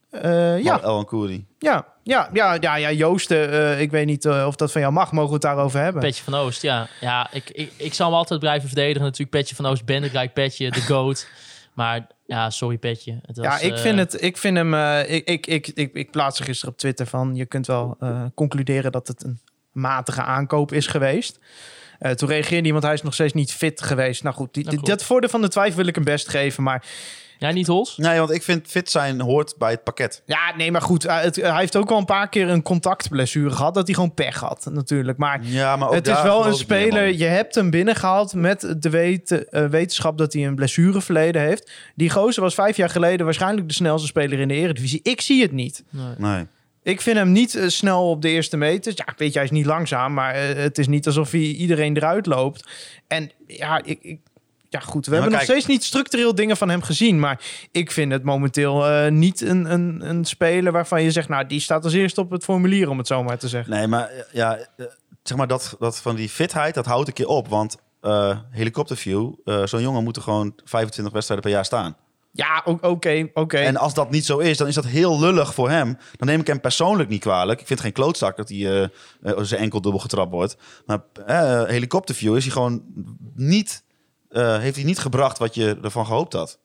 Eh, ja,
Ja. El Ancuri.
ja, ja, ja, ja, ja, Joosten, eh, ik weet niet eh, of dat van jou mag, mogen we het daarover hebben.
Petje van Oost, ja. Ja, ik, ik, ik zal hem altijd blijven verdedigen natuurlijk. Petje van Oost, Bendekrijk, Petje, de GOAT. Maar ja, sorry Petje. Het was,
ja, ik
eh,
vind, het, ik vind hem, eh, ik, ik, ik, ik, ik plaatste gisteren op Twitter van, je kunt wel eh, concluderen dat het een matige aankoop is geweest. Eh, toen reageerde iemand, hij is nog steeds niet fit geweest. Nou goed, die,
Dat klopt.
dat voordeel van de twijfel wil ik hem best geven, maar
Ja, niet Hols?
Nee, want ik vind fit zijn hoort bij het pakket.
Ja, nee, maar goed. eh, het- hij heeft ook wel een paar keer een contactblessure gehad. Dat hij gewoon pech had, natuurlijk. Maar
Ja, maar ook
het is
daar
wel
geloof
een
ik niet helemaal
speler.
in.
Je hebt hem binnengehaald met de weten- eh, wetenschap dat hij een blessureverleden heeft. Die gozer was vijf jaar geleden waarschijnlijk de snelste speler in de Eredivisie. Ik zie het niet.
Nee.
Nee.
Ik vind hem niet eh, snel op de eerste meters. Ja, weet je, hij is niet langzaam. Maar eh, het is niet alsof hij iedereen eruit loopt. En ja, ik... ik ja, goed. We
Ja, maar
hebben nog
kijk-
steeds niet structureel dingen van hem gezien. Maar ik vind het momenteel eh, niet een, een, een speler waarvan je zegt... nou, die staat als eerste op het formulier, om het zo maar te zeggen.
Nee, maar eh, ja, eh, zeg maar dat, dat van die fitheid, dat houdt een keer op. Want eh helikopterview, eh, zo'n jongen moet er gewoon 25 wedstrijden per jaar staan.
Ja, o- oké, oké.
En als dat niet zo is, dan is dat heel lullig voor hem. Dan neem ik hem persoonlijk niet kwalijk. Ik vind het geen klootzak dat hij eh, eh, zijn enkel dubbel getrapt wordt. Maar eh, helikopterview is hij gewoon niet, eh, heeft hij niet gebracht wat je ervan gehoopt had.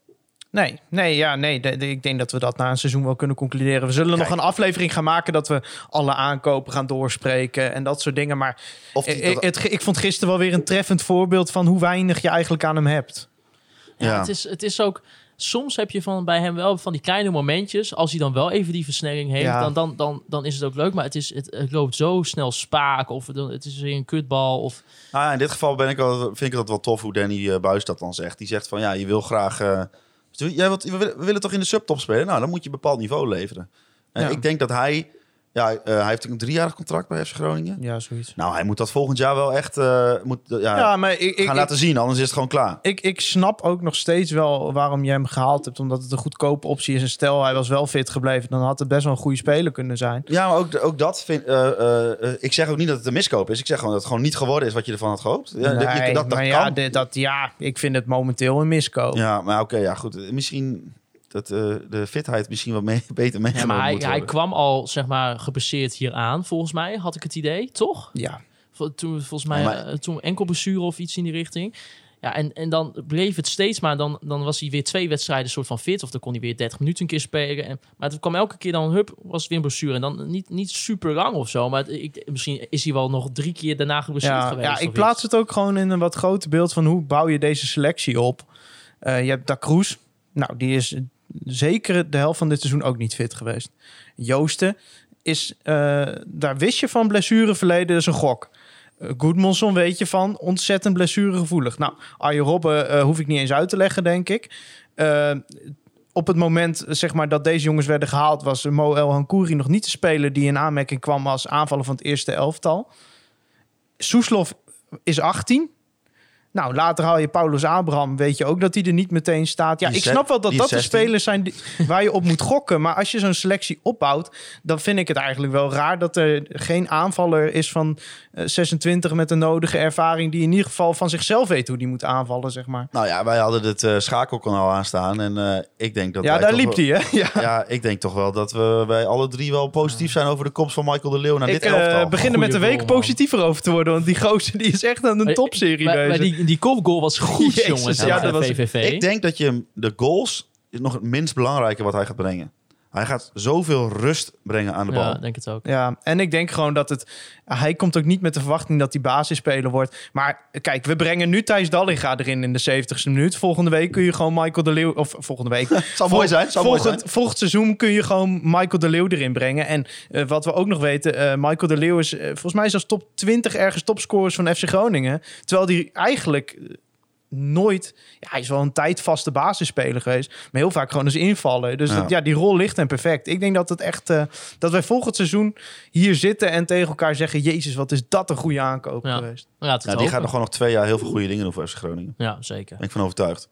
Nee, nee, ja, nee. de- de- ik denk dat we dat na een seizoen wel kunnen concluderen. We zullen nog
Kijk.
een aflevering gaan maken dat we alle aankopen gaan doorspreken en dat soort dingen. Maar
Of die-
eh, eh, het, ge- ik vond gisteren wel weer een treffend voorbeeld van hoe weinig je eigenlijk aan hem hebt. eh,
Ja,
Ja.
Het, is, het is ook... Soms heb je van, bij hem wel van die kleine momentjes. Als hij dan wel even die versnelling heeft,
Ja.
dan, dan, dan, dan is het ook leuk. Maar het, is, het, het loopt zo snel spaak. Of het, het is weer een kutbal. Of,
Nou ja, in dit geval ben ik wel, vind ik dat wel tof hoe Danny eh, Buis dat dan zegt. Die zegt van ja, je wil graag. eh, jij wilt, we, willen, we willen toch in de subtop spelen? Nou, dan moet je een bepaald niveau leveren. En
Ja.
ik denk dat hij. Ja, eh, hij heeft een driejarig contract bij FC Groningen.
Ja, zoiets.
Nou, hij moet dat volgend jaar wel echt eh, moet, eh, ja,
Ja, maar ik, ik,
gaan
ik,
laten zien, anders is het gewoon klaar.
ik, ik snap ook nog steeds wel waarom je hem gehaald hebt. Omdat het een goedkope optie is. En stel, hij was wel fit gebleven, dan had het best wel een goede speler kunnen zijn.
Ja, maar ook, ook dat vind eh, eh, eh, ik. zeg ook niet dat het een miskoop is. Ik zeg gewoon dat het gewoon niet geworden is wat je ervan had gehoopt. Ja, dat- je-
Nee,
dat, dat
maar
kan.
ja, dit- dat, ja, ik vind het momenteel een miskoop.
Ja, maar oké, ja, goed. Eh, Misschien dat eh, de fitheid misschien wat mee, beter
ja,
meegenomen
maar hij,
moet
hij
worden.
kwam al, zeg maar, gebaseerd hieraan, volgens mij, had ik het idee. Toch?
ja.
Vol- Toen, volgens mij,
Ja, maar-
eh, toen enkel blessure of iets in die richting. Ja, en, en dan bleef het steeds maar. Dan, dan was hij weer twee wedstrijden soort van fit. Of dan kon hij weer 30 minuten een keer spelen. En, maar het kwam elke keer dan, hup, was het weer een blessure. En dan niet, niet super lang of zo. Maar het- ik, misschien is hij wel nog drie keer daarna geblesseerd
Ja,
geweest.
ja,
of
ik
iets.
plaats het ook gewoon in een wat groter beeld van hoe bouw je deze selectie op. Eh, je hebt Da Cruz. Nou, die is zeker de helft van dit seizoen ook niet fit geweest. Joosten is, eh, daar wist je van blessureverleden, is een gok. Eh, Goedmanson weet je van, ontzettend blessuregevoelig. Nou, Arjen Robben eh, hoef ik niet eens uit te leggen, denk ik. Eh, op het moment eh, zeg maar, dat deze jongens werden gehaald... was Mo El Hankouri nog niet de speler die in aanmerking kwam... als aanvaller van het eerste elftal. Soeslof is 18. Nou, later haal je Paulus Abraham. Weet je ook dat hij er niet meteen staat. Ja,
Die
ik
zes-
snap wel dat
die
dat de
16.
spelers zijn die- waar je op moet gokken. Maar als je zo'n selectie opbouwt, dan vind ik het eigenlijk wel raar dat er geen aanvaller is van eh, 26 met de nodige ervaring. Die in ieder geval van zichzelf weet hoe die moet aanvallen, zeg maar.
Nou ja, wij hadden het eh, schakelkanaal aanstaan. En eh, ik denk dat.
Ja,
wij
daar
toch
liep
wel-
hij, hè? Ja.
Ja, ik denk toch wel dat we, wij alle drie wel positief zijn over de komst van Michael de Leeuw naar
Ik
dit elftal.
eh begin er met de
Goeie
week
goal, man.
positiever over te worden. Want die gozer die is echt aan een
Maar-
topserie
maar,
bezig.
maar die, die kopgoal was goed,
Jezus,
jongens.
ja,
Ja,
dat was-
VVV.
Ik denk dat je hem- de goals is nog het minst belangrijke wat hij gaat brengen. Hij gaat zoveel rust brengen aan de bal.
Ja, denk het ook.
Ja, en ik denk gewoon dat het... Hij komt ook niet met de verwachting dat hij basisspeler wordt. Maar kijk, we brengen nu Thijs Dallinga erin in de 70ste minuut. Volgende week kun je gewoon Michael de Leeuw... Of volgende week.
Zou mooi zijn, zou mooi
volgend, volgend seizoen kun je gewoon Michael de Leeuw erin brengen. En eh, wat we ook nog weten, eh, Michael de Leeuw is eh, volgens mij zelfs top 20 ergens topscorers van FC Groningen. Terwijl die eigenlijk eh, nooit... Ja, hij is wel een tijdvaste basisspeler geweest. Maar heel vaak gewoon eens invallen. Dus
Ja.
dat- ja, die rol ligt hem perfect. Ik denk dat het echt... eh, dat wij volgend seizoen hier zitten en tegen elkaar zeggen... Jezus, wat is dat een goede aankoop
Ja.
geweest.
Ja, het
Ja, Nou, die
hopen.
gaat nog gewoon nog twee jaar heel veel goede dingen doen voor FC Groningen.
ja, zeker.
Ben ik van overtuigd.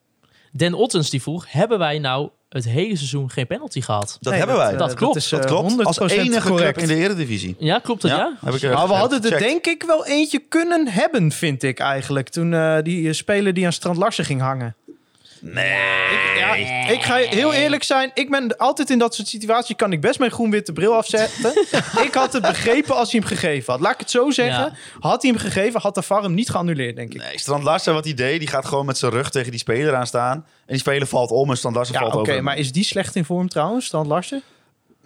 Den Ottens die vroeg, hebben wij nou het hele seizoen geen penalty gehad?
Dat
Nee,
hebben wij.
eh,
Dat klopt,
is,
dat
eh,
klopt. Als
100%
enige club
correct.
in de Eredivisie.
Ja, klopt dat, ja?
heb ik, eh,
Maar we hadden er
gecheckt.
denk ik wel eentje kunnen hebben, vind ik eigenlijk. Toen eh, die eh, speler die aan Strand Larsen ging hangen. Nee. Ik, ja, ik ga heel eerlijk zijn. Ik ben altijd in dat soort situaties. Kan ik best mijn groen-witte bril afzetten. ik had het begrepen als hij hem gegeven had. Laat ik het zo zeggen.
Ja.
Had hij hem gegeven, had de VAR hem niet geannuleerd, denk ik.
Nee, Strand Larsen, wat idee, die gaat gewoon met zijn rug tegen die speler aan staan. En die speler valt om en Strand Larsen
ja,
valt
oké.
over. hem.
maar is die slecht in vorm trouwens, Strand Larsen?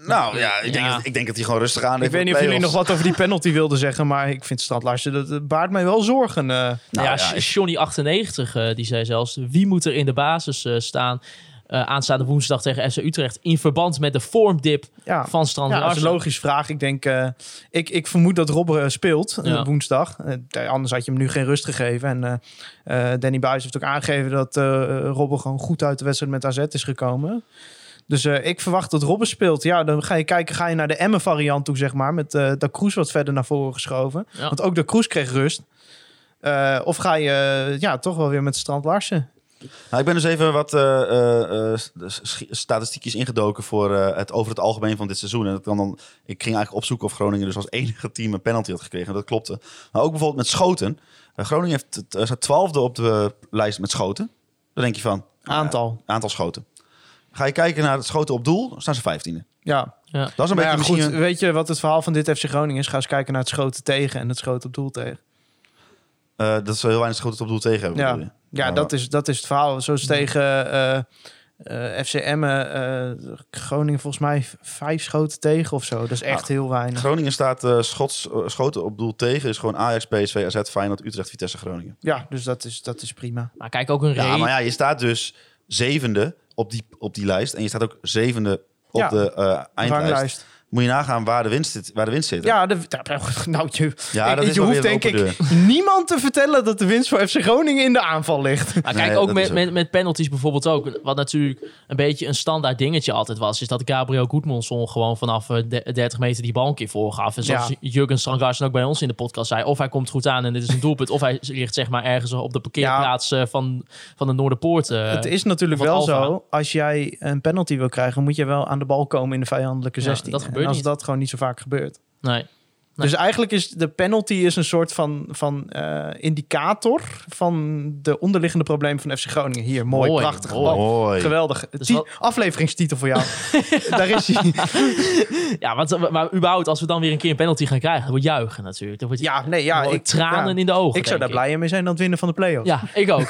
Nou ja, ik denk,
Ja.
Dat, ik denk dat hij gewoon rustig aan
Ik weet
heeft voor
niet
de
of jullie nog
play-offs.
wat over die penalty wilden zeggen. Maar ik vind Strand Larsen, dat, dat baart mij wel zorgen. eh.
Nou, ja,
ja,
Sh-
ik-
Johnny 98 eh, die zei zelfs: wie moet er in de basis eh, staan eh, aanstaande woensdag tegen FC Utrecht in verband met de vormdip
ja.
van Strand
Ja, dat is
Larsen?
een logische vraag. Ik denk, eh, ik, ik vermoed dat Rob eh, speelt eh,
Ja.
woensdag. Eh, anders had je hem nu geen rust gegeven. En eh, eh, Danny Buis heeft ook aangegeven dat eh Robbe gewoon goed uit de wedstrijd met AZ is gekomen. Dus eh, ik verwacht dat Robbe speelt. Ja, dan ga je kijken, ga je naar de Emmen variant toe, zeg maar. Met eh de Kroes wat verder naar voren geschoven.
Ja.
Want ook de Kroes kreeg rust. Eh, of ga je eh, ja, toch wel weer met Strand Larsen?
Nou, ik ben dus even wat eh, eh, eh, s- s- statistiekjes ingedoken voor eh, het over het algemeen van dit seizoen. En dat kan dan, ik ging eigenlijk opzoeken of Groningen dus als enige team een penalty had gekregen. En dat klopte. Maar ook bijvoorbeeld met schoten. Eh, Groningen heeft, het- eh, staat twaalfde op de lijst met schoten. Dan denk je van, ah,
Aantal.
aantal schoten. Ga je kijken naar het schoten op doel, dan staan ze vijftiende.
Ja,
Dat is een
maar ja,
beetje misschien...
goed.
een-
Weet je wat het verhaal van dit FC Groningen is? Ga eens kijken naar het schoten tegen en het schoten op doel tegen.
eh, dat ze heel weinig schoten op doel tegen hebben.
Ja,
bedoel je?
ja
maar-
dat, is, dat is het verhaal. Zoals tegen eh, eh, FC Emmen, eh, Groningen volgens mij v- vijf schoten tegen of zo. Dat is
Ah.
echt heel weinig.
Groningen staat eh, schots, eh, schoten op doel tegen. Is gewoon Ajax, PSV, AZ, Feyenoord, Utrecht, Vitesse, Groningen.
Ja, dus dat is, dat is prima.
Maar Nou, kijk ook een
Ja,
reden.
maar ja, je staat dus zevende op die, op die lijst. En je staat ook zevende op
Ja.
de eh, eindlijst.
Ranglijst.
Moet je nagaan waar de winst zit. Waar de winst zit.
Ja, de, daar- nou, je,
Ja,
ik-
dat is
je
wel
hoeft
weer een
denk ik
open
niemand te vertellen dat de winst voor FC Groningen in de aanval ligt.
Maar
Nee,
Nou, kijk, ook,
dat
met,
is ook.
Met, met penalties bijvoorbeeld ook. Wat natuurlijk een beetje een standaard dingetje altijd was, is dat Gabriel Goedmonson gewoon vanaf eh, de- 30 meter die bal een keer voorgaf. En zoals
Ja.
Jurgen Strangarsen ook bij ons in de podcast zei, of hij komt goed aan en dit is een doelpunt, of hij ligt zeg maar ergens op de parkeerplaats eh, van, van de Noorderpoort. eh.
het is natuurlijk
wat
wel
Alfa.
zo, als jij een penalty wil krijgen, moet je wel aan de bal komen in de vijandelijke
Ja,
16.
dat gebeurt
en als
niet.
dat gewoon niet zo vaak gebeurt.
Nee. Nee.
Dus eigenlijk is de penalty is een soort van, van eh, indicator van de onderliggende probleem van FC Groningen. Hier, mooi,
Mooi,
prachtig.
mooi. Dus
bal.
Mooi.
Geweldig. Ti-
wat-
Afleveringstitel voor jou. Daar is hij.
Ja, want, maar überhaupt, als we dan weer een keer een penalty gaan krijgen, dan wordt juichen natuurlijk. Dan wordt
Ja, nee, ja.
dan wordt
Ik,
tranen
ja.
in de ogen.
Ik zou daar
denk
blij mee zijn aan het winnen van de play-offs.
Ja, ik ook.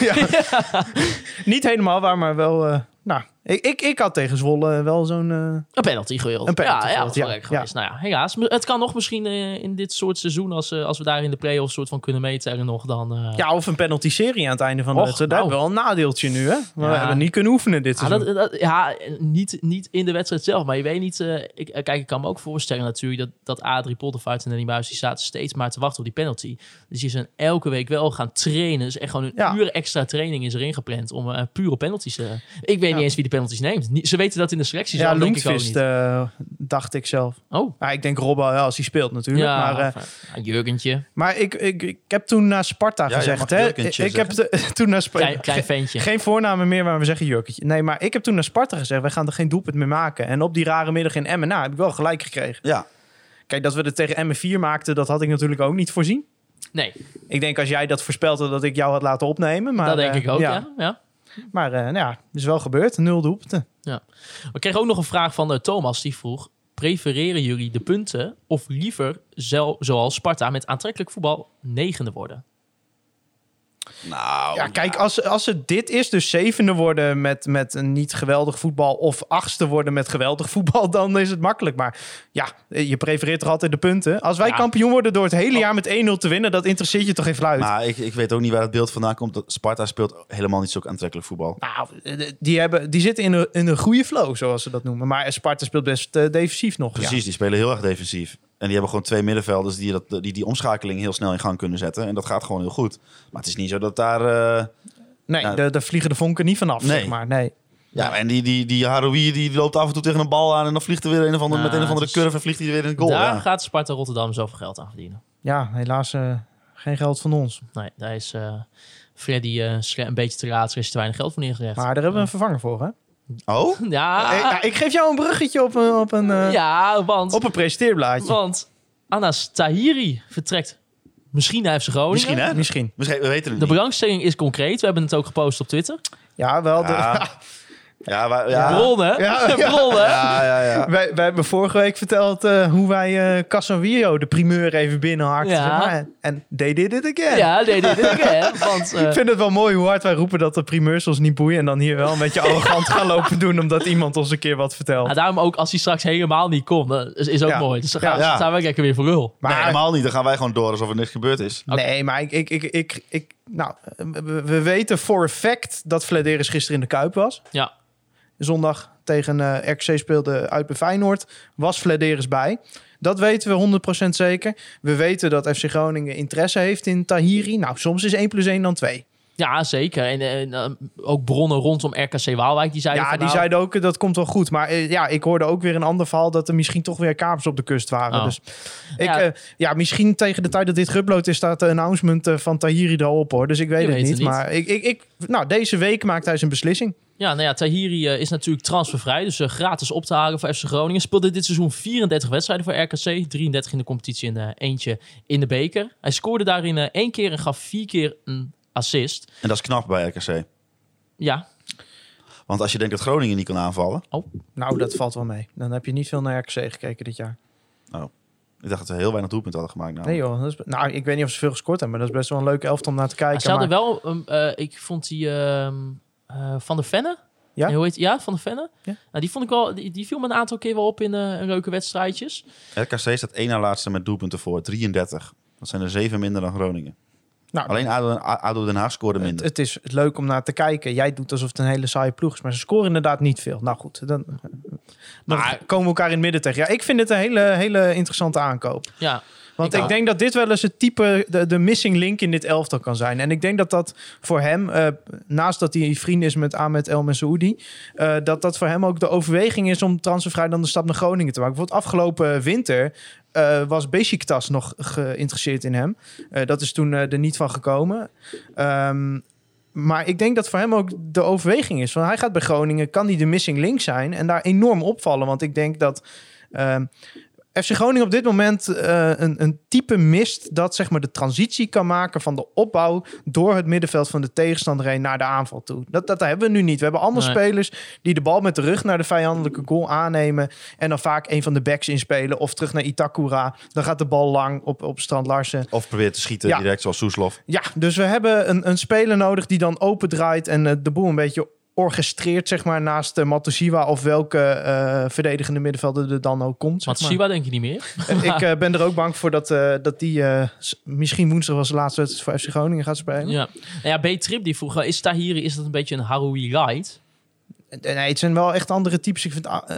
Niet helemaal waar, maar wel... eh, nou, ik, ik, ik had tegen Zwolle wel zo'n... eh,
Een penalty gewild.
Een penalty
ja, ja,
gewild,
dat
ja,
was leuk
ja.
geweest. Nou ja, helaas. Maar Het kan nog misschien eh, in dit soort seizoen, als, eh, als we daar in de play-offs soort van kunnen meetellen nog, dan... eh,
ja, of een penalty-serie aan het einde van de
Och,
wedstrijd.
nou.
Daar hebben we wel een nadeeltje nu, hè? Maar
Ja.
We hebben niet kunnen oefenen dit
Ja,
seizoen.
Ah, dat, dat- ja niet, niet in de wedstrijd zelf, maar je weet niet... eh, ik, eh, kijk, ik kan me ook voorstellen natuurlijk dat, dat Adrie Poldervaart en Danny Buijs... die zaten steeds maar te wachten op die penalty. Dus die zijn elke week wel gaan trainen. Dus echt gewoon een
Ja.
uur extra training is erin gepland om eh pure penalties... eh ik weet
Ja.
niet eens wie de penalties neemt. Niet- ze weten dat in de selecties
ja,
al, denk ik ook
Lundqvist,
niet.
eh, dacht ik zelf.
Oh,
Maar ik denk Robbo wel als hij speelt natuurlijk.
ja,
maar eh,
enfin, ja, Jurgentje.
Maar ik, ik, ik heb toen naar Sparta
ja,
gezegd.
mag
hè? Ik,
Jurkentje
ik heb de- toen naar Sparta.
Klein, klein ventje.
Geen voornamen meer, maar we zeggen jurkentje. Nee, maar ik heb toen naar Sparta gezegd: wij gaan er geen doelpunt meer maken. En op die rare middag in Emmen, nou, heb ik wel gelijk gekregen.
Ja.
Kijk, dat we er tegen Emmen 4 maakten, dat had ik natuurlijk ook niet voorzien.
Nee,
Ik denk als jij dat voorspeld had, dat ik jou had laten opnemen. Maar,
dat denk
eh,
ik ook, ja. ja.
Maar eh, nou ja, is wel gebeurd. Nul doelpunten.
Oh,
We kregen ook nog een vraag van eh, Thomas die vroeg: prefereren jullie de punten of liever zel, zoals Sparta met aantrekkelijk voetbal negende worden?
Nou,
Ja, kijk, als, als het dit is, dus zevende worden met, met een niet geweldig voetbal... of achtste worden met geweldig voetbal, dan is het makkelijk. Maar ja, je prefereert toch altijd de punten? Als wij
Ja.
kampioen worden door het hele jaar met 1-0 te winnen... dat interesseert je toch geen fluit?
Oh. Maar ik, ik weet ook niet waar het beeld vandaan komt. dat Sparta speelt helemaal niet zo aantrekkelijk voetbal.
Nou, eh, die, hebben, die zitten in een, in een goede flow, zoals ze dat noemen. Maar Sparta speelt best eh, defensief nog.
Precies, die spelen heel erg defensief. En die hebben gewoon twee middenvelders die dat, die, die omschakeling heel snel in gang kunnen zetten. En dat gaat gewoon heel goed. Maar het is niet zo dat daar... eh,
Ja. Nee,
Nou,
daar daar vliegen de vonken niet vanaf,
Nee.
zeg maar. Nee.
Ja, en die, die, die Haroui die loopt af en toe tegen een bal aan en dan vliegt er weer een of andere,
Nou,
met een of andere
dus-
curve en vliegt hij weer in het goal.
Daar
ja.
gaat Sparta Rotterdam zoveel geld aan verdienen.
Ja, helaas eh, geen geld van ons.
Nee, daar is eh, Freddy eh, sle- een beetje te laat. Er is te weinig geld voor neergelegd.
Maar daar hebben we een vervanger voor, hè?
Oh?
Ja,
Eh, ja, ik geef jou een bruggetje op een, op een, eh,
ja want,
op een presenteerblaadje.
want Anas Tahiri vertrekt misschien naar FC Groningen.
Misschien, hè?
Misschien.
Misschien, we weten het
De
niet.
belangstelling is concreet. We hebben het ook gepost op Twitter.
Ja, wel. De,
Ja. Ja, maar, ja.
Bronnen.
Ah. Ja, ja.
Bronnen.
Ja, ja, ja.
wij, wij hebben vorige week verteld eh, hoe wij eh Casemiro, de primeur, even binnenhakten.
Ja.
zeg maar. En they did it again.
Ja, nee, dit denk ik, hè. Want, eh,
Ik vind het wel mooi hoe hard wij roepen dat de primeurs ons niet boeien. En dan hier wel een beetje arrogant gaan lopen doen omdat iemand ons een keer wat
nou,
vertelt.
daarom ook, als hij straks helemaal niet komt, dat is, is ook
Ja.
mooi. Dus dan
Ja,
gaan,
ja.
staan we lekker weer voor lul.
Nee,
Maar
helemaal niet. Dan gaan wij gewoon door alsof er niks gebeurd is.
Nee, maar ik, ik, ik, ik, ik nou, we, we weten voor een fact dat Vladeris gisteren in de Kuip was.
Ja.
Zondag tegen eh RKC speelde uit bij Feyenoord. Was Vladeris bij. Dat weten we 100% zeker. We weten dat FC Groningen interesse heeft in Tahiri. Nou, soms is 1 plus 1 dan 2.
Ja, zeker. En, en, eh, ook bronnen rondom RKC Waalwijk, die zeiden
ja,
van,
die
nou,
zeiden ook, eh, dat komt wel goed. Maar eh, ja, ik hoorde ook weer een ander verhaal dat er misschien toch weer kapers op de kust waren.
Oh.
Dus ik,
Ja.
ja. ja, misschien tegen de tijd dat dit geüpload is, staat de announcement eh, van Tahiri er al op hoor. Dus ik weet,
Je
het,
weet
niet,
het niet.
Maar ik, ik, ik, nou, deze week maakt hij zijn beslissing.
Ja, nou ja, Tahiri eh, is natuurlijk transfervrij, dus eh, gratis op te halen voor FC Groningen. Speelde dit seizoen 34 wedstrijden voor RKC, 33 in de competitie en eh, eentje in de beker. Hij scoorde daarin eh, één keer en gaf vier keer een assist.
En dat is knap bij RKC.
Ja,
Want als je denkt dat Groningen niet kan aanvallen...
Nou, dat valt wel mee. Dan heb je niet veel naar RKC gekeken dit jaar.
Ik dacht dat ze heel weinig doelpunten hadden gemaakt. Nou.
Nee joh, dat is, nou, ik weet niet of ze veel gescoord hebben, maar dat is best wel een leuke elftal om naar te
hij
kijken.
ze hadden
maar-
wel, ehm, eh, ik vond die ehm, eh, Van der Venne.
Ja?
Nee, hoe heet, ja, Van der Venne.
Ja.
Nou, die, vond ik wel, die, die viel me een aantal keer wel op in eh, leuke wedstrijdjes.
RKC staat één na laatste met doelpunten voor. 33. Dat zijn er zeven minder dan Groningen.
Nou,
Alleen ADO, ADO Den Haag scoorde
het,
minder.
het is leuk om naar te kijken. Jij doet alsof het een hele saaie ploeg is, maar ze scoren inderdaad niet veel. Nou goed, dan, dan
Maar-
komen we elkaar in het midden tegen. Ja, ik vind het een hele, hele interessante aankoop.
Ja,
Want
Ik
ik,
ook.
denk dat dit wel eens het type, de, de missing link in dit elftal kan zijn. En ik denk dat dat voor hem, eh, naast dat hij vriend is met Ahmed El Messoudi, eh, dat dat voor hem ook de overweging is om transfervrij dan de stap naar Groningen te maken. Bijvoorbeeld afgelopen winter eh, was Besiktas nog geïnteresseerd in hem. Eh, dat is toen eh, er niet van gekomen. Ehm, maar ik denk dat voor hem ook de overweging is. Van hij gaat bij Groningen, kan hij de missing link zijn en daar enorm opvallen. Want ik denk dat ehm, FC Groningen op dit moment eh, een, een type mist dat zeg maar, de transitie kan maken van de opbouw door het middenveld van de tegenstander heen naar de aanval toe. Dat, dat hebben we nu niet. We hebben allemaal
Nee.
spelers die de bal met de rug naar de vijandelijke goal aannemen en dan vaak een van de backs inspelen of terug naar Itakura. Dan gaat de bal lang op, op Strand Larsen.
Of probeert te schieten
Ja.
direct zoals Soeslof.
Ja, dus we hebben een, een speler nodig die dan opendraait en eh, de boel een beetje orchestreert, zeg maar, naast eh, Matosiwa of welke eh, verdedigende middenvelder er dan ook komt. Zeg
want
maar.
Siwa denk je niet meer.
Eh, Ik eh, ben er ook bang voor dat, eh, dat die eh, s- misschien woensdag was de laatste wedstrijd voor FC Groningen gaat spelen.
Ja. Nou ja, B-Trip die vroeg, eh, is Tahiri is dat een beetje een Haroui light?
Eh, Nee, het zijn wel echt andere types. Ik vind ah, eh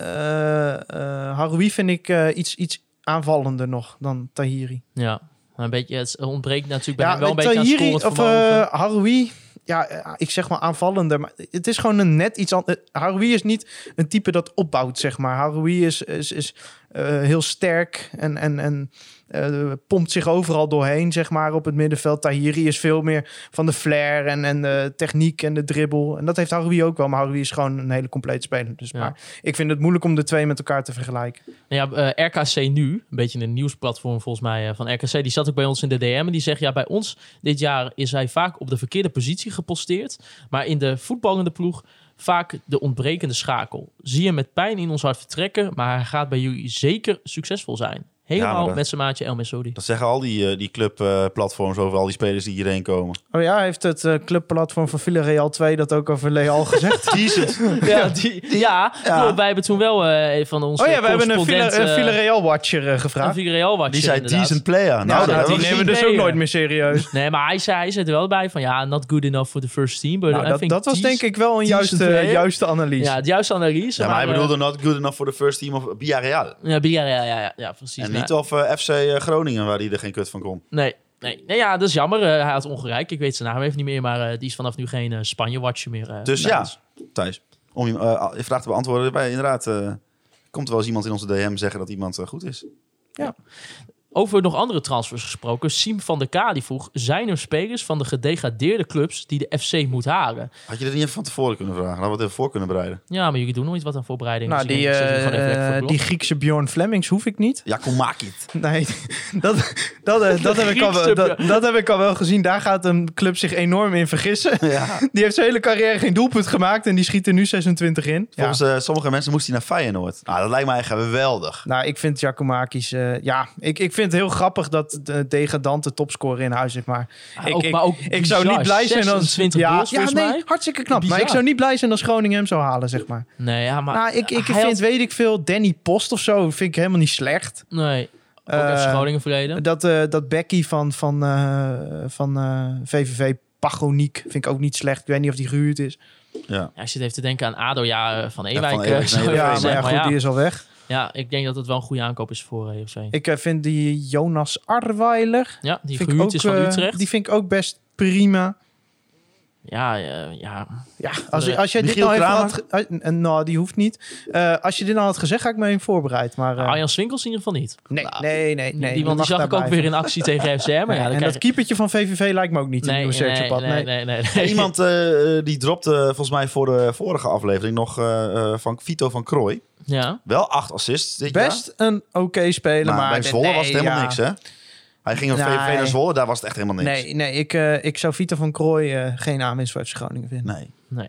eh, Haroui vind ik eh, iets, iets aanvallender nog dan Tahiri.
Ja, maar een beetje, het ontbreekt natuurlijk bij hem wel een beetje
eh,
aan
Tahiri
scorend
of
vermogen.
eh Haroui. Ja, eh, ik zeg maar aanvallender, maar het is gewoon een net iets anders. Haroui is niet een type dat opbouwt, zeg maar. Haroui is, is, is eh, heel sterk en, en, en eh, pompt zich overal doorheen, zeg maar, op het middenveld. Tahiri is veel meer van de flair en, en de techniek en de dribbel. En dat heeft Haroui ook wel, maar Haroui is gewoon een hele complete speler. Dus
Ja.
maar ik vind het moeilijk om de twee met elkaar te vergelijken.
Nou ja, eh, RKC Nu, een beetje een nieuwsplatform volgens mij eh, van RKC, die zat ook bij ons in de DM en die zegt, ja, bij ons dit jaar is hij vaak op de verkeerde positie geposteerd, maar in de voetballende ploeg vaak de ontbrekende schakel. Zie je met pijn in ons hart vertrekken, maar hij gaat bij jullie zeker succesvol zijn.
Ja,
Helemaal
maar dat-
met zijn maatje El Messoudi.
Dat zeggen al die, eh, die clubplatforms over al die spelers die hierheen komen.
Oh ja, heeft het eh, clubplatform van Villarreal 2 dat ook over Leal gezegd?
Jezus.
Ja, die, ja, joh, wij hebben toen wel eh, een van onze
Oh ja, we hebben een
correspondent, eh,
Villarreal-watcher
een
gevraagd.
Villarreal watcher
Die zei
inderdaad.
decent player. Nou,
Nou,
dat
nou,
die
hebben we
nemen
gezien.
we dus ook
spelen.
nooit meer serieus.
Nee, maar hij zei, hij zei er wel bij van ja, not good enough for the first team. But
Nou,
I
dat,
think
dat was
decent-
denk ik wel een
decent
juiste,
player.
juiste analyse.
Ja, de juiste analyse.
Ja, maar hij
eh,
bedoelde not good enough for the first team of Villarreal.
Ja, Bria- ja, ja, ja, ja, precies.
En
Nou,
niet of eh, FC eh, Groningen, waar hij er geen kut van kon.
nee, nee, nee, ja, dat is jammer. Eh, hij had ongelijk. Ik weet zijn naam even niet meer, maar eh, die is vanaf nu geen eh, Spanje-watcher meer. eh.
Dus
Nou,
ja,
dat is-
Thijs, om je eh, je vraag te beantwoorden. Wij inderdaad, eh, komt er wel eens iemand in onze DM zeggen dat iemand eh, goed is.
Over nog andere transfers gesproken. Siem van der K die vroeg, zijn er spelers van de gedegradeerde clubs die de FC moet halen?
Had je dat niet even van tevoren kunnen vragen? Hadden we het even voor kunnen bereiden.
Ja, maar jullie doen nooit wat aan voorbereiding.
Nou,
dus ik
die,
denk, ik zet hem gewoon even weg voor het
eh,
blok.
die Griekse Bjorn Flemings hoef ik niet.
Ja, kom maak het.
Nee, dat, dat, eh, dat, heb ik al wel,
Griekse
dat, dat heb ik al wel gezien. Daar gaat een club zich enorm in vergissen. Die heeft zijn hele carrière geen doelpunt gemaakt en die schiet er nu 26 in. Ja.
Volgens eh, sommige mensen moest hij naar Feyenoord. Nou, dat lijkt mij geweldig.
Nou, ik vind Giacomakis... eh, ja, ik, ik vind het heel grappig dat de degradante topscorer in huis heeft. Maar
Ah,
ik,
ook-
ik,
maar ook
ik zou
bizar.
niet blij zijn als...
26
ja,
goals,
ja,
volgens
nee,
mij.
hartstikke knap. Maar ik
Bizar.
zou niet blij zijn als Groningen hem zou halen, zeg maar.
Nee, ja, maar...
nou, ik, ik
hij
vind,
had-
weet ik veel, Danny Post of zo vind ik helemaal niet slecht.
Nee, ook
Eh,
FC Groningen verleden.
Dat, eh, dat Becky van, van, eh, van eh, VVV Pagoniek vind ik ook niet slecht. Ik weet niet of die gehuurd is.
Ja, als je het even te denken aan ADO, ja, eh, van Ewijk.
Ewijk,
eh, zou
nee,
ik
dat
Ja,
weet
zeggen,
maar ja, goed, die is al weg.
Ja, ik denk dat het wel een goede aankoop is voor eh, HFC.
Ik eh, vind die Jonas Arweiler.
ja, die
vind ik
gehuurd
ook,
is van
eh,
Utrecht.
die vind ik ook best prima.
Ja, eh, ja.
Ja, als,
eh,
als jij dit
Michiel
nou even
Kramer?
had... ge- eh, eh, nou, die hoeft niet. Eh, als je dit nou had gezegd, ga ik me in voorbereid. Maar, eh,
Arjan Swinkels in ieder geval niet.
nee, nee, nee, nee.
Nou, die, want die
lag
zag ik ook
daarbij.
weer in actie tegen FCM. Maar ja, dan
en
krijg
dat keepertje van VVV lijkt me ook niet
je-
in
nee,
nieuwe
nee,
search
nee, nee, nee, nee, nee.
Iemand eh, die dropte eh, volgens mij voor de vorige aflevering nog eh, eh, van Vito van Krooi.
Ja,
Wel acht assists dit
Best een oké speler,
jaar. Maar,
maar...
bij
dit-
Zwolle
nee,
was het helemaal
ja.
niks, hè? Hij ging op
Nee.
VVV naar Zwolle, daar was het echt helemaal niks.
Nee, nee ik, eh, ik zou Vita van Krooi eh, geen aanwinst voor FC Groningen vinden.
Nee.
nee.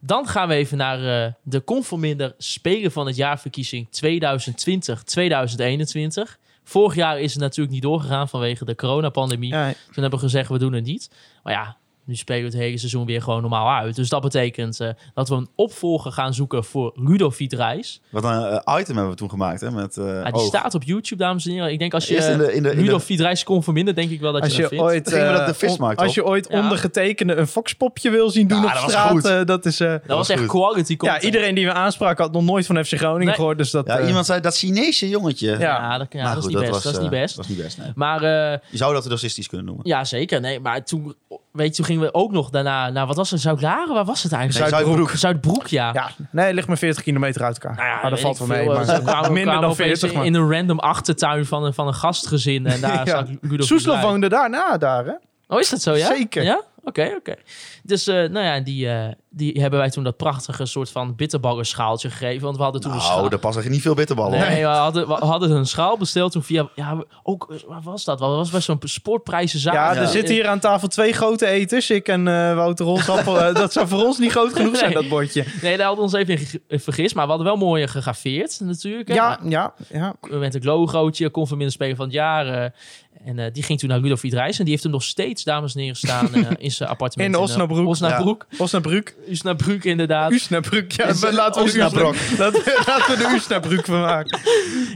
Dan gaan we even naar eh, de Conforminder Speler van het Jaarverkiezing 2020-2021. Vorig jaar is het natuurlijk niet doorgegaan vanwege de coronapandemie.
Ja,
Toen hebben we gezegd, we doen het niet. Maar ja, nu spelen we het hele seizoen weer gewoon normaal uit. Dus dat betekent eh, dat we een opvolger gaan zoeken voor Ludovic Reis.
Wat een eh, item hebben we toen gemaakt, hè? Met, eh,
Ja, Ah, die
oog.
staat op YouTube, dames en heren. Ik denk als je
Eerst in de- in de- in de-
Ludovic Reis kon verminderen, denk ik wel dat
als
je dat
je
vindt.
ooit,
Gingen we
eh,
dat de vismarkt
on-
op?
als je ooit
Ja.
ondergetekende een foxpopje wil zien doen
Ja,
op
dat was
straat,
goed.
eh, dat is... eh,
dat was
was
echt
goed.
quality
ja,
content.
iedereen die we aanspraken had nog nooit van FC Groningen
Nee.
gehoord, dus dat...
Ja,
eh,
iemand zei dat Chinese jongetje.
Ja.
Ja, dat, ja,
Nou
dat is
goed,
niet best. dat is niet
eh,
best.
Dat is niet best, nee.
Maar eh,
Je zou dat racistisch kunnen noemen.
ja, zeker. Nee, maar toen, weet je, toen gingen we ook nog daarna naar, wat was het, Zuid-Laren? Waar was het eigenlijk?
Nee, Zuidbroek.
Zuidbroek, ja.
Ja, nee, ligt maar 40 kilometer uit elkaar.
Nou ja,
maar dat
weet
valt
ik
wel mee.
veel, eh,
Maar,
ze kwamen-
minder
kwamen
dan
opeens
40, maar...
In een random achtertuin van een, van een gastgezin. En daar
Ja.
staat Ludovic
Soeslof
Reis.
woonde daarna daar, hè?
Oh, is dat zo, ja?
Zeker.
Ja? Oké, oké. Dus, eh, nou ja, die, eh, die hebben wij toen dat prachtige soort van bitterballenschaaltje gegeven. Want we hadden toen een schaal.
Nou, daar passen echt niet veel bitterballen
Nee,
op.
we hadden, we hadden een schaal besteld toen via... Ja, we- ook, eh, waar was dat? Dat was bij zo'n sportprijzenzaak.
Ja, er
Eh,
zitten hier aan tafel twee grote eters. Ik en eh, Wouter Rolsappel. Eh, dat zou voor ons niet groot genoeg zijn,
Nee.
dat bordje.
Nee, daar hadden we ons even in ge- eh, vergist. Maar we hadden wel mooier gegraveerd natuurlijk. hè.
Ja, ja, ja.
Maar eh, Met het logootje, conforminder speler van het jaar. eh, en eh, die ging toen naar Ludovic Reis. En die heeft hem nog steeds, dames en heren, staan eh, in zijn appartement.
In
eh,
Osnabrück.
Osnabrück.
Osnabrück.
Usnabrück, inderdaad.
Usnabrück. Ja,
Is-
laten we de
Osnabrück.
Usnabrück- Laten, laten we de Usnabrück van maken.